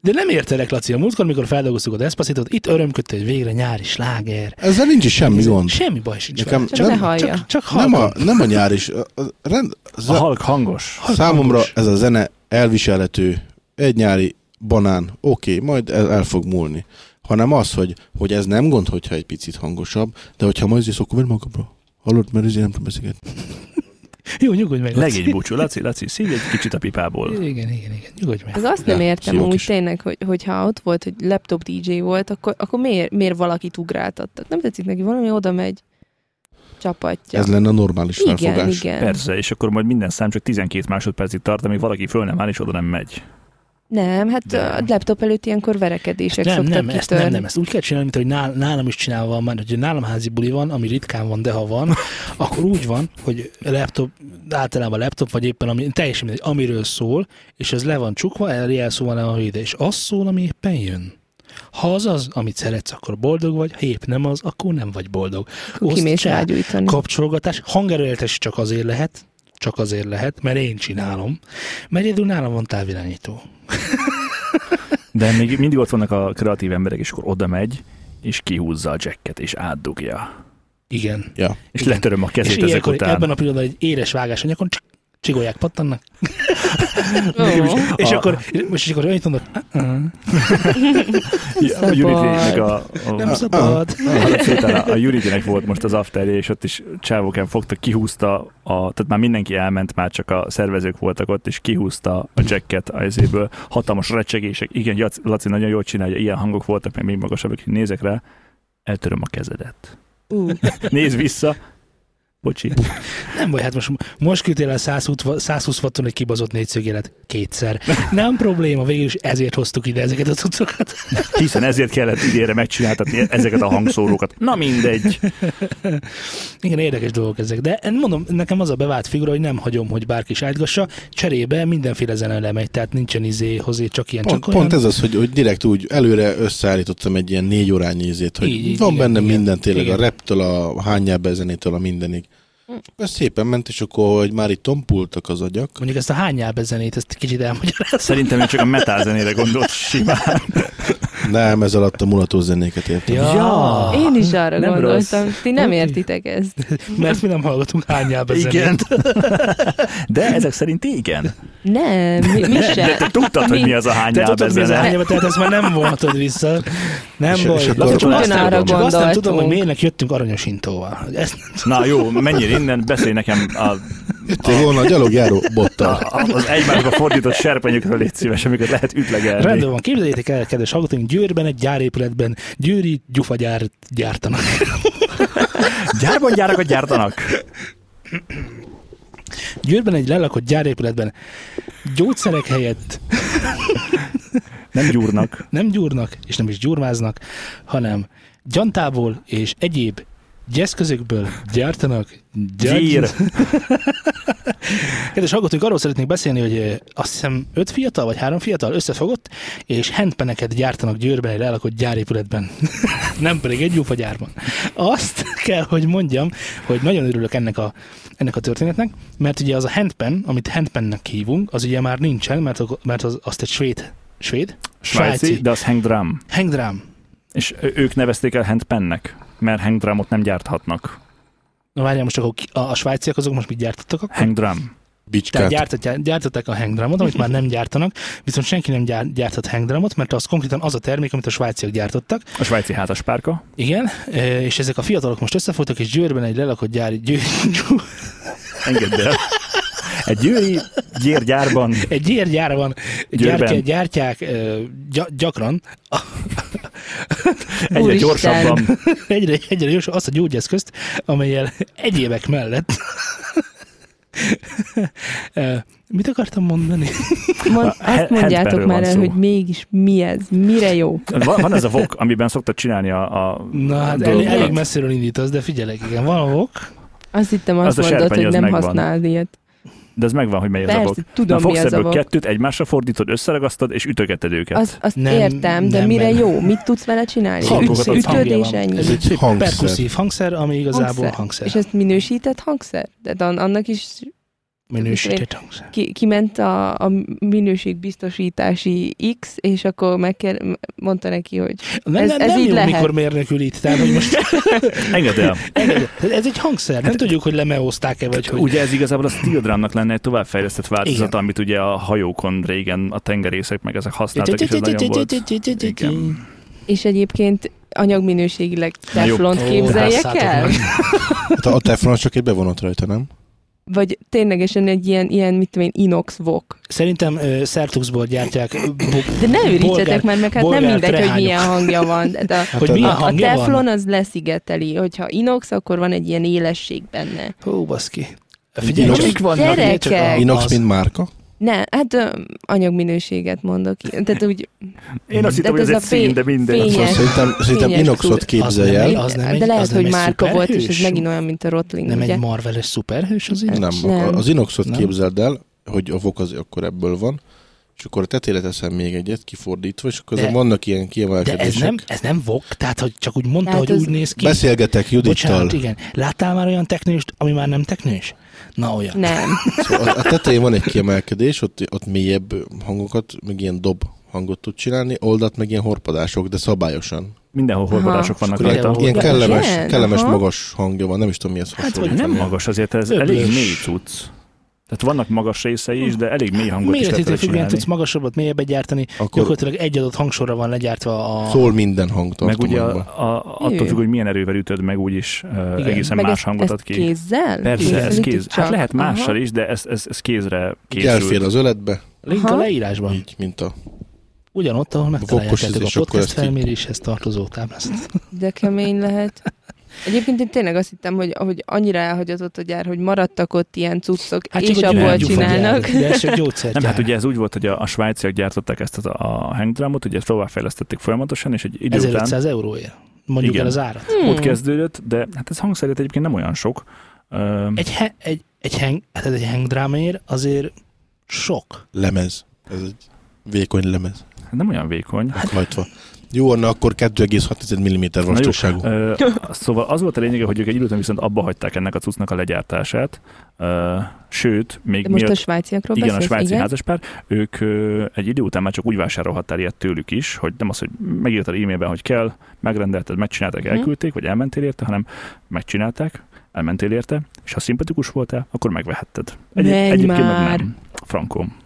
De nem értelek, Laci, a múltkor, mikor feldolgoztuk a despacito itt örömködtél, hogy végre nyári sláger.
Ezzel nincs is semmi gond.
Semmi baj sincs.
Nekem-
vele.
Csak
Nem,
ne hallja.
csak, csak
Nem a,
hallgatom.
nem a nyár is. A, a, rend,
A
za,
halk hangos.
Számomra
hangos.
ez a zene elviselhető, egy nyári banán, oké, okay, majd el, el fog múlni. Hanem az, hogy, hogy ez nem gond, hogyha egy picit hangosabb, de hogyha majd jössz, akkor vedd magamra. Hallod, mert ezért nem tudom beszélgetni.
Jó, nyugodj meg. Laci.
Legény búcsú, Laci, Laci, szívj egy kicsit a pipából.
Igen, igen, igen. Nyugodj meg.
Ez azt nem
Ja,
értem
fiúk
úgy
is.
tényleg, hogy, hogyha ott volt, hogy laptop DJ volt, akkor, akkor miért, miért valakit ugráltattak? Nem tetszik neki valami, oda megy csapatja.
Ez lenne a normális
igen,
felfogás.
igen.
Persze, és akkor majd minden szám csak 12 másodpercig tart, amíg valaki föl nem áll és oda nem megy.
Nem, hát
De-
a laptop előtt ilyenkor verekedések
Hát Nem,
szoktak
nem, ezt
kitörni.
nem, nem, ezt úgy kell csinálni, mint hogy nál, nálam is csinálva van, már, hogy nálam házi buli van, ami ritkán van, de ha van, akkor úgy van, hogy laptop, általában laptop, vagy éppen ami, teljesen mindegy, amiről szól, és ez le van csukva, elé elszó van a ide, és az szól, ami éppen jön. Ha az az, amit szeretsz, akkor boldog vagy, ha épp nem az, akkor nem vagy boldog.
Kimész
Oszd el,
rágyújtani.
kapcsolgatás, hangerőltes csak azért lehet, csak azért lehet, mert én csinálom, mert egyedül nálam van távirányító.
De még mindig ott vannak a kreatív emberek, és akkor oda megy, és kihúzza a jacket, és átdugja.
Igen.
Ja.
És letöröm a
És
kezét ezek
ilyenkor,
után.
ebben a pillanatban egy éres vágásanyakon csak csigolják, pattannak,
Ó,
és
A-
akkor, és akkor annyit mondok, "Uh-uh,
Ja, a Unity-nek a,
nem
a,
szabad.
a, szépen Hát a, a Unity-nek volt most az afterje, és ott is csávókán fogta, kihúzta, a, tehát már mindenki elment, már csak a szervezők voltak ott, és kihúzta a jacket a izéből. Hatalmas recsegések. Igen, Jac- Laci nagyon jól csinálja, ilyen hangok voltak, még még magasabbak, így nézek rá, eltöröm a kezedet.
ú,
Nézd vissza, bocsi.
Nem baj, hát most, most küldtél el 120, wa- 120 watton egy kibazott négyszögélet kétszer. Nem probléma, végül is ezért hoztuk ide ezeket a cuccokat.
Hiszen ezért kellett idénre megcsináltatni ezeket a hangszórókat. Na mindegy.
Igen, érdekes dolgok ezek. De én mondom, nekem az a bevált figura, hogy nem hagyom, hogy bárki sájtgassa. Cserébe mindenféle zene lemegy, tehát nincsen izé hozzá, csak ilyen,
Pont,
csak olyan.
pont ez az, hogy, hogy direkt úgy előre összeállítottam egy ilyen négy órányi ízét, hogy
Így, így,
van
igen,
benne
igen.
minden tényleg,
Igen. Mm.
a reptől, a hányába zenétől, a mindenig. Ez szépen ment, és akkor, hogy már itt tompultak az agyak,
Mondjuk ezt a hányába zenét, ezt kicsit elmagyarázom.
Szerintem ő csak a metal zenére gondolt simán.
nem, ez alatt a mulató zenéket értem.
Ja.
én is arra
Ah, Nem
nem
rossz.
gondoltam. Ti nem
Oké.
értitek ezt.
Mert mi nem hallgatunk hányába zenét.
Igen. De ezek szerint igen.
Nem, mi, mi
De te
se.
tudtad, hogy mi az a hány
Te tudod, mi ez a
nyelvezene.
hányába, tehát ezt már nem vonhatod vissza. Nem
És-
baj.
és akkor-
Laci, csak azt,
Ugyanarra
nem, csak azt nem tudom,
gondoltunk.
hogy miért jöttünk aranyosintóval. Ezt
Na jó, menjél innen, beszélj nekem a,
Ah.
Jöttél volna a gyalugjáró
a,
bottal.
a, az egymásba fordított serpenyőkről légy szíves, amiket lehet ütlegelni.
Rendben van, képzeljétek el, kedves hallgatóink, Győrben egy gyárépületben győri gyufagyárt gyártanak.
Gyárban gyárakat gyártanak.
Győrben egy lelakott gyárépületben gyógyszerek helyett
Nem gyúrnak.
nem gyúrnak, és nem is gyurmáznak, hanem gyantából és egyéb gyeszközökből gyártanak. gyár-
Gyír.
Kedves hallgatóink, arról szeretnék beszélni, hogy ö, azt hiszem öt fiatal vagy három fiatal összefogott, és handpeneket gyártanak Győrben egy lelakott gyárépületben. Nem pedig egy gyúfagyárban. Azt kell, hogy mondjam, hogy nagyon örülök ennek a, ennek a történetnek, mert ugye az a handpen, amit handpennek hívunk, az ugye már nincsen, mert, ak- mert az, azt egy svéd, svéd?
Svájci, de az hangdrum.
Hangdrám.
És ö- ők nevezték el handpennek, mert hangdrumot nem gyárthatnak.
Na várjál, most akkor ki- a, a svájciak azok most mit gyártottak akkor?
Hangdrum.
Tehát
Bicskát.
gyártatják, gyártották a hangdramot, amit már nem gyártanak, viszont senki nem gyár, gyárthat hangdramot, mert az konkrétan az a termék, amit a svájciak gyártottak.
A svájci házaspárka.
Igen, e, és ezek a fiatalok most összefogtak, és Győrben egy lelakott gyár, győr,
Engedd el. Egy győri gyérgyárban
egy gyérgyár van,
Győrben.
gyártják, gyártják e, gy- gyakran,
egyre
Úristen.
gyorsabban
egyre, egyre jós, azt a gyógyeszközt, amelyel egyébek mellett E, Mit akartam mondani?
Mond,
A he-
azt mondjátok
handpenről
már
van
el,
szó.
hogy mégis mi ez, mire jó.
Van, van ez a vok, amiben szoktad csinálni a, a
Na hát elég,
dolgokat.
elég messziről indítasz, de figyelek, igen, van a vok,
Azt hittem
Az
azt
a
mondod,
serpenyő,
hogy
az
nem
megvan.
használod ilyet.
De ez megvan, hogy mely az a vok.
Persze,
Na,
tudom mi
fogsz
az a
ebből
vok.
kettőt, egymásra fordítod, összeragasztod, és ütögeted őket.
Azt, azt
Nem,
nem, értem, de
nem,
mire
nem.
jó? Mit tudsz vele csinálni?
Hangokat
Üt,
adsz.
ütöd
Hangja
és
van.
ennyi.
Ez egy hangszer.
perkuszív hangszer, ami igazából hangszer.
És ezt minősített hangszer? Tehát an- annak is
Minősített hangszer.
ki, kiment a, a minőségbiztosítási X, és akkor megkér, mondta neki, hogy
Nem, ez,
Ez-
nem,
ez
nem
így
jó,
lehet.
mikor mérnökülít, tehát hogy most
Engedd el.
Tehát ez egy hangszer, nem
Hát-
tudjuk, hogy lemeozták-e, vagy hogy...
Ugye ez igazából a steel drumnak lenne egy továbbfejlesztett változat,
Igen.
amit ugye a hajókon régen a tengerészek meg ezek használtak, és ez nagyon volt. Igen.
és egyébként anyagminőségileg
Na jó.
teflont
Ó,
képzeljek
basszátok
el?
meg.
Hát a teflon csak egy bevonat rajta, nem?
Vagy ténylegesen egy ilyen, ilyen mit tudom én, inox vok.
Szerintem uh, Sertuxból gyártják. bu-
De ne
bolgár-
ürítsetek már meg, hát nem
bolgár
mindegy, hogy
trehányok.
milyen hangja van. Tehát a,
Hát
Hogy mi
a-
a
a, a
hangja
teflon
van?
az leszigeteli, hogyha inox, akkor van egy ilyen élesség benne.
Hó, baszki.
Inox-
Figyelj, csak mik vannak,
Gyerekek!
miért csak a-
Inox,
az-
mint márka.
Ne, hát ö, anyagminőséget mondok. Tehát úgy
Én azt hittem,
Tehát
hogy
ez
ez egy
a
szín,
fény-
de mindegy.
fény-
Szóval
Fényes.
szerintem, szerintem
Fényes
inoxot
tud-
képzelj
Az
el.
nem-
de
egy-
lehet,
az nem
hogy
egy
márka volt, és ez
szuperhős?
megint olyan, mint a Rotling,
Nem
ugye?
egy marveles szuperhős az így?
Nem,
Nem.
az inoxot
Nem.
képzeld el, hogy a vok az akkor ebből van, és akkor a tetére teszem még egyet, kifordítva, és akkor
De-
azon vannak ilyen
De ez
kiemelkedések.
nem, ez nem vok, tehát hogy csak úgy mondta,
Hát
hogy
ez-
úgy néz ki.
Beszélgetek Judittal.
Bocsánat, igen. Láttál már olyan teknőst, ami már nem teknős? Na olyan. Hát,
Nem.
Szóval a, a tetején van egy kiemelkedés, ott, ott mélyebb hangokat, meg ilyen dob hangot tud csinálni, oldalt meg ilyen horpadások, de szabályosan.
mindenhol
Aha.
horgadások vannak
Akkor
rajta.
mindenhol
Ilyen
Ja,
kellemes,
igen,
kellemes
aha.
magas hangja van, nem is tudom mihez hasonlít.
Nem magas, azért ez
Öblös.
elég mély cucc. Tehát vannak magas részei is, de elég mély hangot is lehet
Méretítő
vele
függően
csinálni.
tudsz magasabbat, mélyebbet gyártani,
Akkor
gyakorlatilag egy adott hangsorra van legyártva a...
szól minden
Meg ugye a,
hangtartományban.
a, attól
Jé.
függ, hogy milyen erővel ütöd, meg úgyis uh,
Igen.
egészen
Meg
más
ezt-
hangot ad
ezt
ki.
kézzel?
Persze,
Igen.
ez
Itt
kéz.
csak.
Hát lehet mással
Aha.
is, de ez, ez, ez kézre
Elfér
készült.
az öletbe,
Link a
Aha.
leírásban.
így, mint a...
Ugyanott, ahol
Vokkos ez,
megtaláljátok
és
a
akkor
podcast
ezt így-
felméréshez tartozó táblázatot.
De kemény lehet. Egyébként én tényleg azt hittem, hogy, hogy annyira elhagyatott a gyár, hogy maradtak ott ilyen cuccok, hát és
hogy
abból
irányítjuk a
csinálnak.
De ez csak gyógyszert
Nem, hát ugye ez úgy volt, hogy a, a svájciak gyártották ezt a, a hangdrámot, ugye ezt továbbfejlesztették folyamatosan, és egy idő után
1500 euróért. Mondjuk
Igen.
el az árat.
Hmm.
ott kezdődött, de hát ez hangszerét egyébként nem olyan sok. Ö,
Egy, he, egy, egy, hang, hát egy hangdrámér azért sok.
lemez. Ez egy vékony lemez.
nem olyan vékony.
Hát... Hajtva. Jó, na akkor 2,6 mm
Na jó,
vastagságú.
Ö, szóval az volt a lényege, hogy ők egy idő után viszont abba hagyták ennek a cuccnak a legyártását. Ö, sőt, még
De most a
mielőtt-
svájciakról
Igen, a
beszélsz?
svájci házaspár, ők ö, egy idő után már csak úgy vásárolhattál ilyet tőlük is, hogy nem az, hogy megírtad e-mailben, hogy kell, megrendelted, megcsinálták,
Mhm.
elküldték, vagy elmentél érte, hanem megcsinálták, elmentél érte, és ha szimpatikus voltál, akkor megvehetted.
Menj
egyébként meg
már!
nem. Frankom.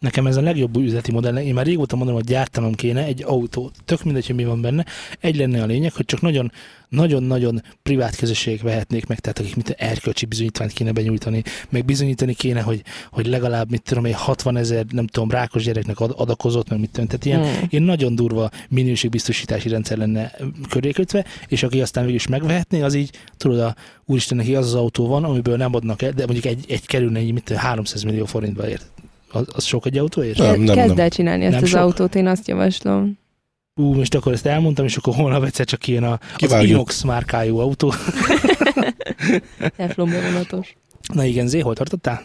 Nekem ez a legjobb új üzleti modell. Én már régóta mondom, hogy gyártanom kéne egy autót. Tök mindegy, hogy mi van benne. Egy lenne a lényeg, hogy csak nagyon, nagyon-nagyon privát közösségek vehetnék meg, tehát akik mint erkölcsi bizonyítványt kéne benyújtani, meg bizonyítani kéne, hogy, hogy legalább, mit tudom én, 60 ezer, nem tudom, rákos gyereknek ad, adakozott, meg mit tudom. én. Tehát ilyen,
Hmm.
ilyen nagyon durva minőségbiztosítási rendszer lenne köré kötve, és aki aztán végül is megvehetné, az így, tudod, a, úristen, neki az az autó van, amiből nem adnak el, de mondjuk egy, egy kerülne így, mit tudom, 300 millió forintba ért. Az, az sok egy autóért?
Nem, nem,
Kezd
nem.
el csinálni ezt
Nem
az
sok.
autót, én azt javaslom.
Ú, most akkor ezt elmondtam, és akkor holnap egyszer csak kijön a, az
Kivágjuk.
Inox márkájú autó.
Teflonba vonatos.
Na igen, Zé, hol tartottál?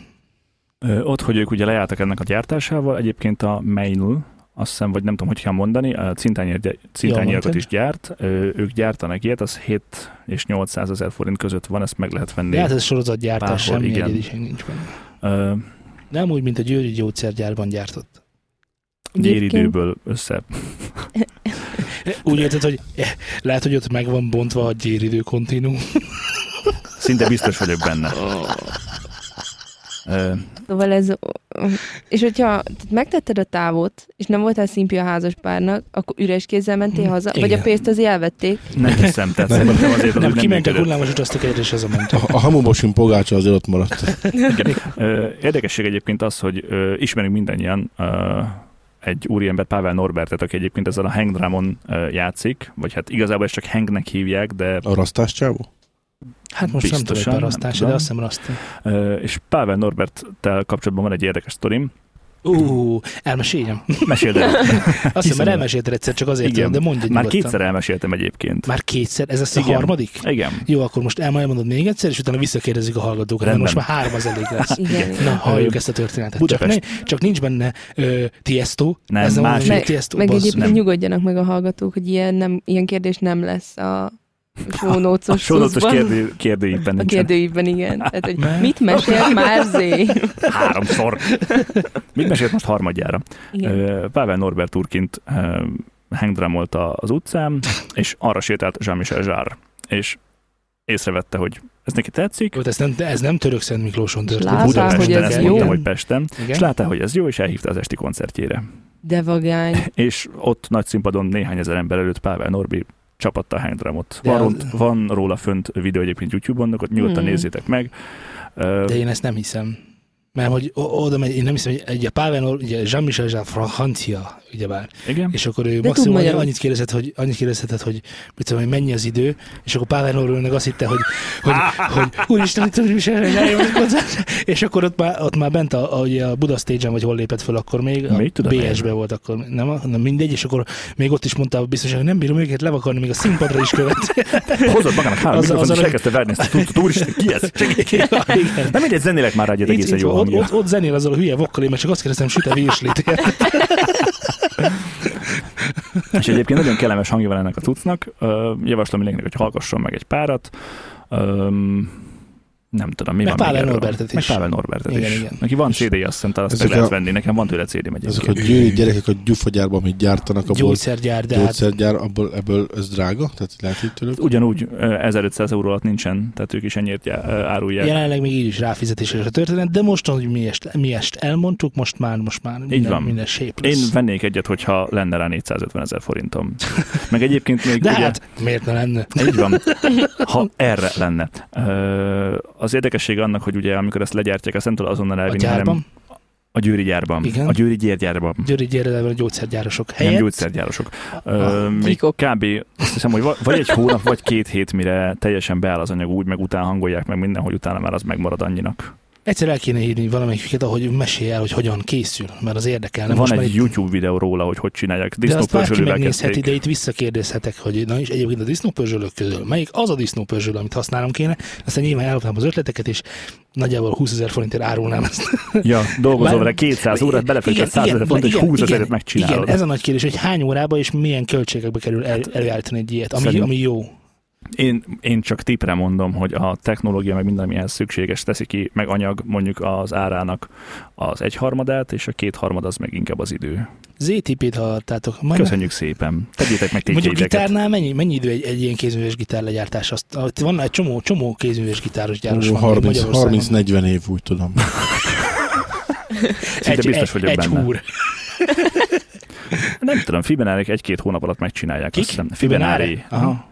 Ö, Ott, hogy ők ugye lejártak ennek a gyártásával, egyébként a Mainl, azt hiszem, vagy nem tudom, hogy kell mondani, a cintányér- gy- cintányérkat
mondtad.
is gyárt, Ö, ők gyártanak ilyet, az 7 és 800 ezer forint között van, ezt meg lehet venni.
De hát ez sorozatgyártás,
Bárhol,
semmi
igen.
egyediség nincs benne.
Ö,
Nem úgy, mint a Győri gyógyszergyárban gyártott.
gyéridőből össze.
Úgy érted, hogy eh, lehet, hogy ott meg van bontva a gyéridő kontinú.
Szinte biztos vagyok benne. Ö,
Szóval ez... És hogyha tehát megtetted a távot, és nem voltál szimpi a házaspárnak, akkor üres kézzel mentél
Hmm,
haza,
igen.
vagy a pénzt azért elvették.
nem hiszem, tehát
Nem.
szerintem azért az
Nem,
úgy nem
kiment a
működött.
hullámos utaztak egyre, és az a ment.
A, a hamubosin pogácsa azért ott maradt.
Igen. Ö, Érdekesség egyébként az, hogy ö, ismerünk mindannyian ö, egy úriember Pável Norbertet, aki egyébként ezzel a hangdrámon ö, játszik, vagy hát igazából ezt csak hangnek hívják, de
A rasztás csávó?
Hát most nem tudom,
Biztosan,
hogy
nem
parasztás, de
tudom.
azt hiszem rasztás.
ö, és Pável Norberttel kapcsolatban van egy érdekes sztorim.
Ú, elmeséljem.
Meséld el.
Azt hiszem,
Hiszem,
mert elmesélted egyszer, csak azért
Igen.
tudom, de mondj egy
Már kétszer elmeséltem egyébként.
Már kétszer? Ez lesz a
Igen.
harmadik?
Igen.
Jó, akkor most el- elmondod még egyszer, és utána visszakérdezik a hallgatókat, mert
Rendben.
most már három az elég
Hát
lesz.
Igen.
Na, halljuk
Ö,
ezt a történetet. Csak,
Budapest.
ne, csak nincs benne ö, Tiesto.
Nem,
ez
másik.
Meg,
Meg-
Tiesto,
Meg
bazd.
egyébként
nem.
nyugodjanak meg a hallgatók, hogy ilyen, nem, ilyen kérdés nem lesz a
A
sónócos
sorozatos kérdő, kérdőjében
A
nincsen.
kérdőívben, igen. Tehát, hogy
Mert-
mit mesél már Zé?
Háromszor. Mit mesélt most harmadjára?
Igen.
Ö, Pavel Norbert úrként ö, hangdrámolt a- az utcán, és arra sétált Jean-Michel Zsár, és észrevette, hogy ez neki tetszik,
Jó, ez nem, ez nem török Szent Miklóson történt.
Látták, Budapesten, hogy ez
ezt
jó.
mondtam, hogy Pesten, és
Igen.
látta, hogy ez jó, és elhívta az esti koncertjére.
De vagány.
És ott nagy színpadon néhány ezer ember előtt Pavel Norbi csapatta a hangdrámot.
De az-
Van, ront- van róla fönt videó egyébként YouTube-on, ott nyugodtan
Hmm.
nézzétek meg. Ö,
De én ezt nem hiszem. Mert hogy o- oda megy, én nem hiszem, hogy egy a Pável, Nor- ugye Jean-Michel Jean francia, ugyebár.
igen?
És akkor ő
tud
maximum annyi-
magyarul.
annyit kérdezett, hogy, annyit kérdezhetett, hogy, mit tudom, hogy mennyi az idő, és akkor Pável Norvölnek azt hitte, hogy, hogy, hogy úristen, itt is és akkor ott már, ott már bent a, a, ugye a Buda stage vagy hol lépett föl akkor még, a
Mit tudom én?
BS-be volt akkor, nem, a- nem mindegy, és akkor még ott is mondta a biztonság, hogy nem bírom őket levakarni, még a színpadra is követ.
Hozott magának három
Az- az a-
mikrofont, és elkezdte verni ezt a tudtot. Úristen, ki ez? Segít!
Igen.
Nem mindegy, zenélek már rá egyet
Itt,
egészen
itt,
jó
ott,
hangja.
ott, ott, zenél azzal a hülye vokkal, én már csak azt kérdeztem, süt a virslit.
És egyébként nagyon kellemes hangja van ennek a cuccnak. Ö, Javaslom mindenkinek, hogy hallgasson meg egy párat. Öm, nem tudom, mi
Meg
van még
Pável
erről.
Norbertet
Meg
is.
Pável Norbertet
Igen,
is.
igen.
Neki van CD, azt hiszem, talán azt meg
Ezek
lehet
a-
venni. Nekem van tőle CD-m
Ezek a
egyébként.
győri gyerekek a gyufagyárban, amit gyártanak, abból
gyógyszergyár, de hát
gyógyszergyár, abból, ebből ez drága? Tehát lehet így tőlük?
Ugyanúgy ö, 1500 euró alatt nincsen, tehát ők is ennyit já- ö, árulják.
jelenleg még így is ráfizetéses a történet, de most, hogy mi est, mi est elmondtuk, most már, most már minden,
van.
minden shape
Én
lesz.
vennék egyet, hogyha lenne rá 450 ezer forintom. Meg egyébként még
de
ugye,
hát, miért ne lenne?
Így van. Ha erre lenne. Ö, Az érdekesség annak, hogy ugye amikor ezt legyártják, azt nem tud azonnal
A
elvinni, hanem
gyárban,
a győri gyárban.
Igen.
A győri gyérgyárban.
Győri Gyéredelben a gyógyszergyárosok
Nem
helyett. Ah,
gyógyszergyárosok. Ö, még
Kikok.
kb. azt hiszem, hogy va- vagy egy hónap, vagy két hét, mire teljesen beáll az anyag úgy, meg utána hangolják meg minden, hogy utána már az megmarad annyinak.
Egyszer el kéne írni valamelyiküket, ahogy mesél el, hogy hogyan készül, mert az érdekelne.
Van
most már
egy
itt-
YouTube videó róla, hogy hogy csinálják.
de azt bárki
Disznópörzsölővel
megnézheti,
kezdték.
de itt visszakérdezhetek, hogy na és egyébként a disznópörzsölők közül, melyik az a disznópörzsölő, amit használnom kéne, aztán nyilván elkapnám az ötleteket, és nagyjából 20 ezer forintért árulnám ezt.
Ja, dolgozol
Bár-
vele 200 órát, belefektet 100 ezer fontot, és
igen,
20 ezeret
igen,
megcsinálod. Hát,
Igen, ez a nagy kérdés, hogy hány órába és milyen költségekbe kerül el, előállítani egy ilyet, ami,
Szerintem-
ami jó.
Én, én csak tipre mondom, hogy a technológia meg minden, amihez szükséges, teszi ki, meg anyag mondjuk az árának az egyharmadát, és a kétharmad az meg inkább az idő.
ZTP-t hallottátok. Majd
Köszönjük szépen. Tegyétek meg
Mondjuk
tétjeideket.
gitárnál mennyi, mennyi idő egy, egy ilyen kézműves gitár legyártás? Azt, ott van egy csomó, csomó kézműves gitáros gyáros
Ó,
van
30,
Magyarországon.
30-40 év úgy tudom.
egy,
Szinte biztos
egy,
vagyok
egy
benne.
húr.
Nem tudom, Fibenárik egy-két hónap alatt megcsinálják.
Kik?
azt hiszem. Fibenári.
Aha.
Aha.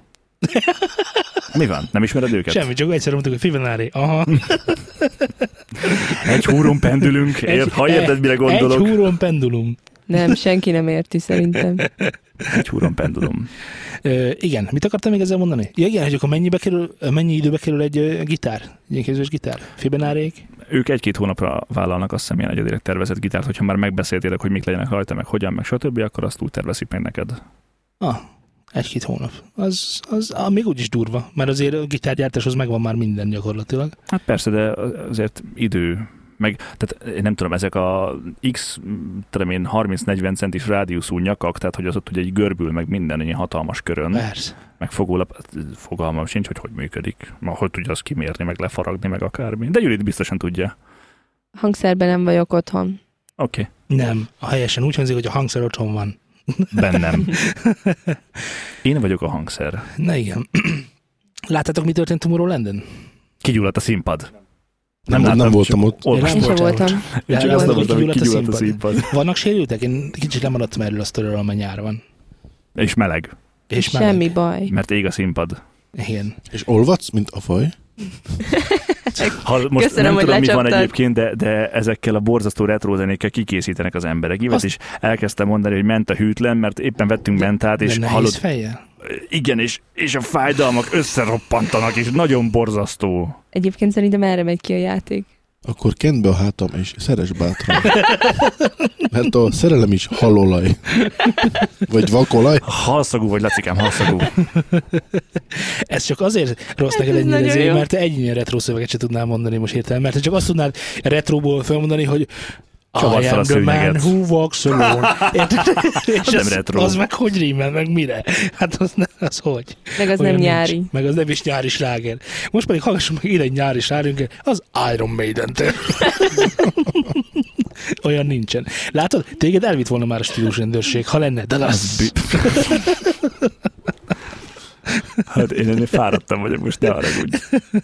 Mi van? Nem ismered őket?
Semmi, csak egyszer mondtuk, hogy Fibenári. Aha.
Egy húron pendülünk.
Egy-
Ért, ha érted, mire
Egy
gondolok.
húron pendulum.
Nem, senki nem érti szerintem.
Egy húron pendulum.
Ö, igen, mit akartam még ezzel mondani? Ja, igen, hogy akkor mennyibe kerül, mennyi időbe kerül egy ö, gitár? Egy ilyen kézműves gitár? Fibenárék?
Ők egy-két hónapra vállalnak azt hiszem ilyen egyedileg tervezett gitárt, hogyha már megbeszéltétek, hogy mik legyenek rajta, meg hogyan, meg stb., akkor azt úgy tervezik meg neked.
Ah, egy-két hónap. Az, az ah, még úgyis durva, mert azért a gitárgyártáshoz megvan már minden gyakorlatilag.
Hát persze, de azért idő, meg, tehát én nem tudom, ezek a X, tudom én, 30-40 centis rádiuszú nyakak, tehát hogy az ott ugye egy görbül, meg minden ilyen hatalmas körön,
Persze.
meg fogólap, fogalmam sincs, hogy hogy működik. Ma hogy tudja azt kimérni, meg lefaragni, meg akármi. De Judit biztosan tudja.
Hangszerben nem vagyok otthon.
Oké,
Nem, a helyesen úgy hangzik, hogy a hangszer otthon van.
bennem. Én vagyok a hangszer.
Na igen. Láttátok, mi történt Tomorrowland-en?
Kigyulladt a színpad.
Nem, nem,
láttam,
voltam
csak
ott.
Én
Olvastam.
Én sem
voltam ott.
voltam.
Én csak
nem
azt
voltam,
mondtam, hogy
kigyulladt a
kigyulladt a
színpad.
színpad.
Vannak sérültek? Én kicsit lemaradtam erről a sztoriról, amely nyár van.
És meleg,
És meleg.
Semmi baj.
mert ég a színpad.
Igen.
És olvadsz, mint a faj?
Ha most
Köszönöm,
Köszönöm, nem
hogy
tudom, mi van
lecsaptad.
egyébként, de, de ezekkel a borzasztó retro zenékkel kikészítenek az emberek. Ivet
Azt-
is elkezdte mondani, hogy ment a hűtlen, mert éppen vettünk mentát, és
De nehéz
hallod,
fejjel?
igen, és, és a fájdalmak összeroppantanak, és nagyon borzasztó.
Egyébként szerintem erre megy ki a játék.
Akkor kend be a hátam, és szeres bátran. Mert a szerelem is halolaj. Vagy vakolaj.
Halszagú vagy, Lacikám, halszagú.
Ez csak azért rossz neked
Hát ez
ennyire
nagyon
ezért,
jó.
mert te egy retro szöveget se tudnál mondani most hirtelen, mert te csak azt tudnád retroból felmondani, hogy
Csavard
I
fel
am
a
the man
szőnyeget.
who walks alone. Érted? És
nem
az,
retro.
az meg hogy rímel, meg mire? Hát az, ne- az hogy?
Meg az
Olyan
nem
nincs.
nyári.
Meg az nem is nyári sláger. Most pedig hallgassunk meg ide egy nyári slágerünket, az Iron maiden Olyan nincsen. Látod, téged elvitt volna már a stílusrendőrség, ha lenne, de az...
bi- Hát én ennél fáradtam vagyok most, ne haragudj.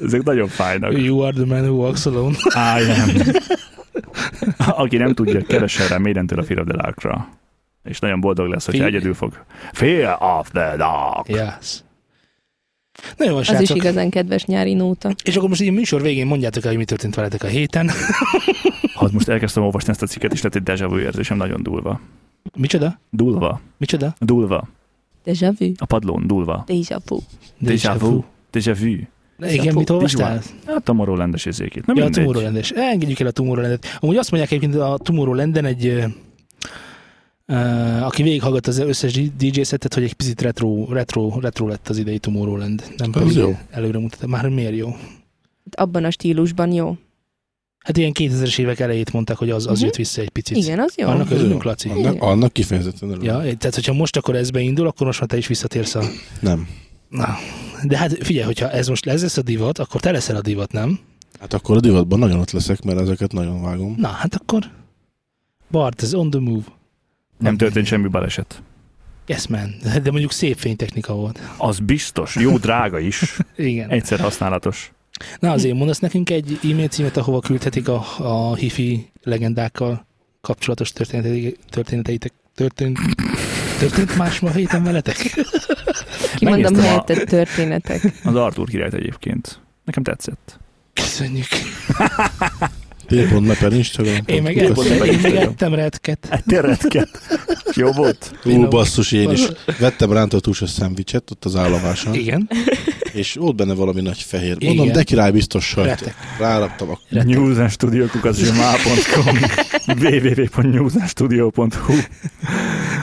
Ezek nagyon fájnak.
You are the man who walks alone.
I am. Aki nem tudja, keressen rá Maiden-től a Fear of the Dark-ra. És nagyon boldog lesz, hogyha
Fear-
egyedül fog. Fear of the Dark.
Yes. Na jó,
Az is
srácok.
igazán kedves nyári nóta.
És akkor most így a műsor végén mondjátok el, hogy mi történt veletek a héten.
Hát most elkezdtem olvasni ezt a cikket, és lett egy déjà vu érzésem, nagyon dúlva.
Micsoda?
Dúlva.
Micsoda?
Dúlva.
Deja vu.
A padlón, dúlva.
Deja vu.
Déjà vu. Déjà vu. Hát
Igen, mit olvastál?
A Tomorrowland-es érzékét. Nem
ja, a
mindegy.
Tomorrowland-es. Engedjük el a Tomorrowlandet. Amúgy azt mondják egyébként a Tomorrowlanden egy ö, ö, aki végighallgat az összes DJ szettet, hogy egy picit retro, retro, retro lett az idei Tomorrowland. Nem
Az
pedig
jó.
előre mutat. Már miért jó?
Abban a stílusban jó.
Hát ilyen 2000-es évek elejét mondták, hogy az, az
Mhm.
jött vissza egy picit.
Igen, az jó.
Annak örülünk, Laci.
Annak, annak kifejezetten örülök.
Ja, tehát hogyha most akkor ez beindul, akkor most már te is visszatérsz a
Nem.
Na, de hát figyelj, hogyha ez most ez lesz a divat, akkor te leszel a divat, nem?
Hát akkor a divatban nagyon ott leszek, mert ezeket nagyon vágom.
Na, hát akkor Bart, ez on the move.
Nem történt semmi baleset.
Yes, man. De mondjuk szép fénytechnika volt.
Az biztos, jó drága is,
Igen.
egyszer használatos.
Na azért mondasz nekünk egy e-mail címet, ahova küldhetik a, a hifi legendákkal kapcsolatos történetei- történeteitek. Történt, történt más ma héten veletek?
Kimondom
Megnéztem a-
helyette történetek.
Az Arthur királyt egyébként. Nekem tetszett.
Köszönjük.
Télpont nepen Instagram.
Én meg,
Jó,
ett,
bocsánat,
én meg
megint
ettem redket.
Teretket. Jó volt.
Ú, basszus, én is. Vettem rántott húsos szendvicset ott az állomáson,
Igen.
és volt benne valami nagy fehér.
Igen.
Mondom, de király biztos sajt.
Retek.
Ráraktam a
Retek.
newsandstudio.com www.newsandstudio.hu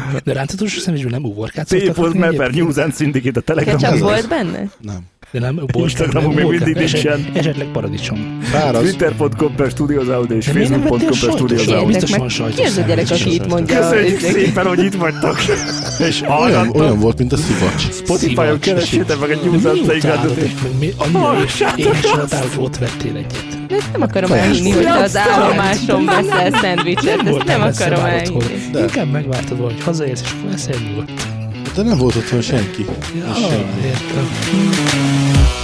Szóval De rántatos személyesből nem uborkát
T.pont
kapni
Meper
egyébként?
News and Syndicate a
Ketchup
ez
Telegramon.
az.
volt benne?
Nem.
De nem uborkát.
Instagramon
nem
még
uborkát,
mindig
eset-
nincsen.
Esetleg paradicsom.
Fáraz.
Twitter.com per Studios Audio és
De miért nem
Facebook.com per
vettél sajtot?
Studios
Miért
Audio.
nem?
Értek
Biztos van
meg,
sajtos
ki az a gyerek,
szendvicses
aki itt
sajtos.
mondja? a-
Köszönjük szépen, hogy itt vagytok. És
Olyan, olyan
hallgattok.
volt, mint a szivacs.
Spotify-on
Szivacs.
keresétek meg a
De
News and
miért
Playgroundot.
találod egy- mi- Annyira
Hallgassátok
én is
azt!
voltál, hogy ott vettél egyet.
Ezt nem akarom
Persze.
elhinni, hogy te az
Jaj,
állomáson veszel szendvicset. Ezt
voltál
nem
messze
akarom
már otthon.
elhinni.
De. Inkább megvártad valahogy hazaérsz, és akkor eszel nyugodt.
De nem volt otthon senki.
Ja, értem.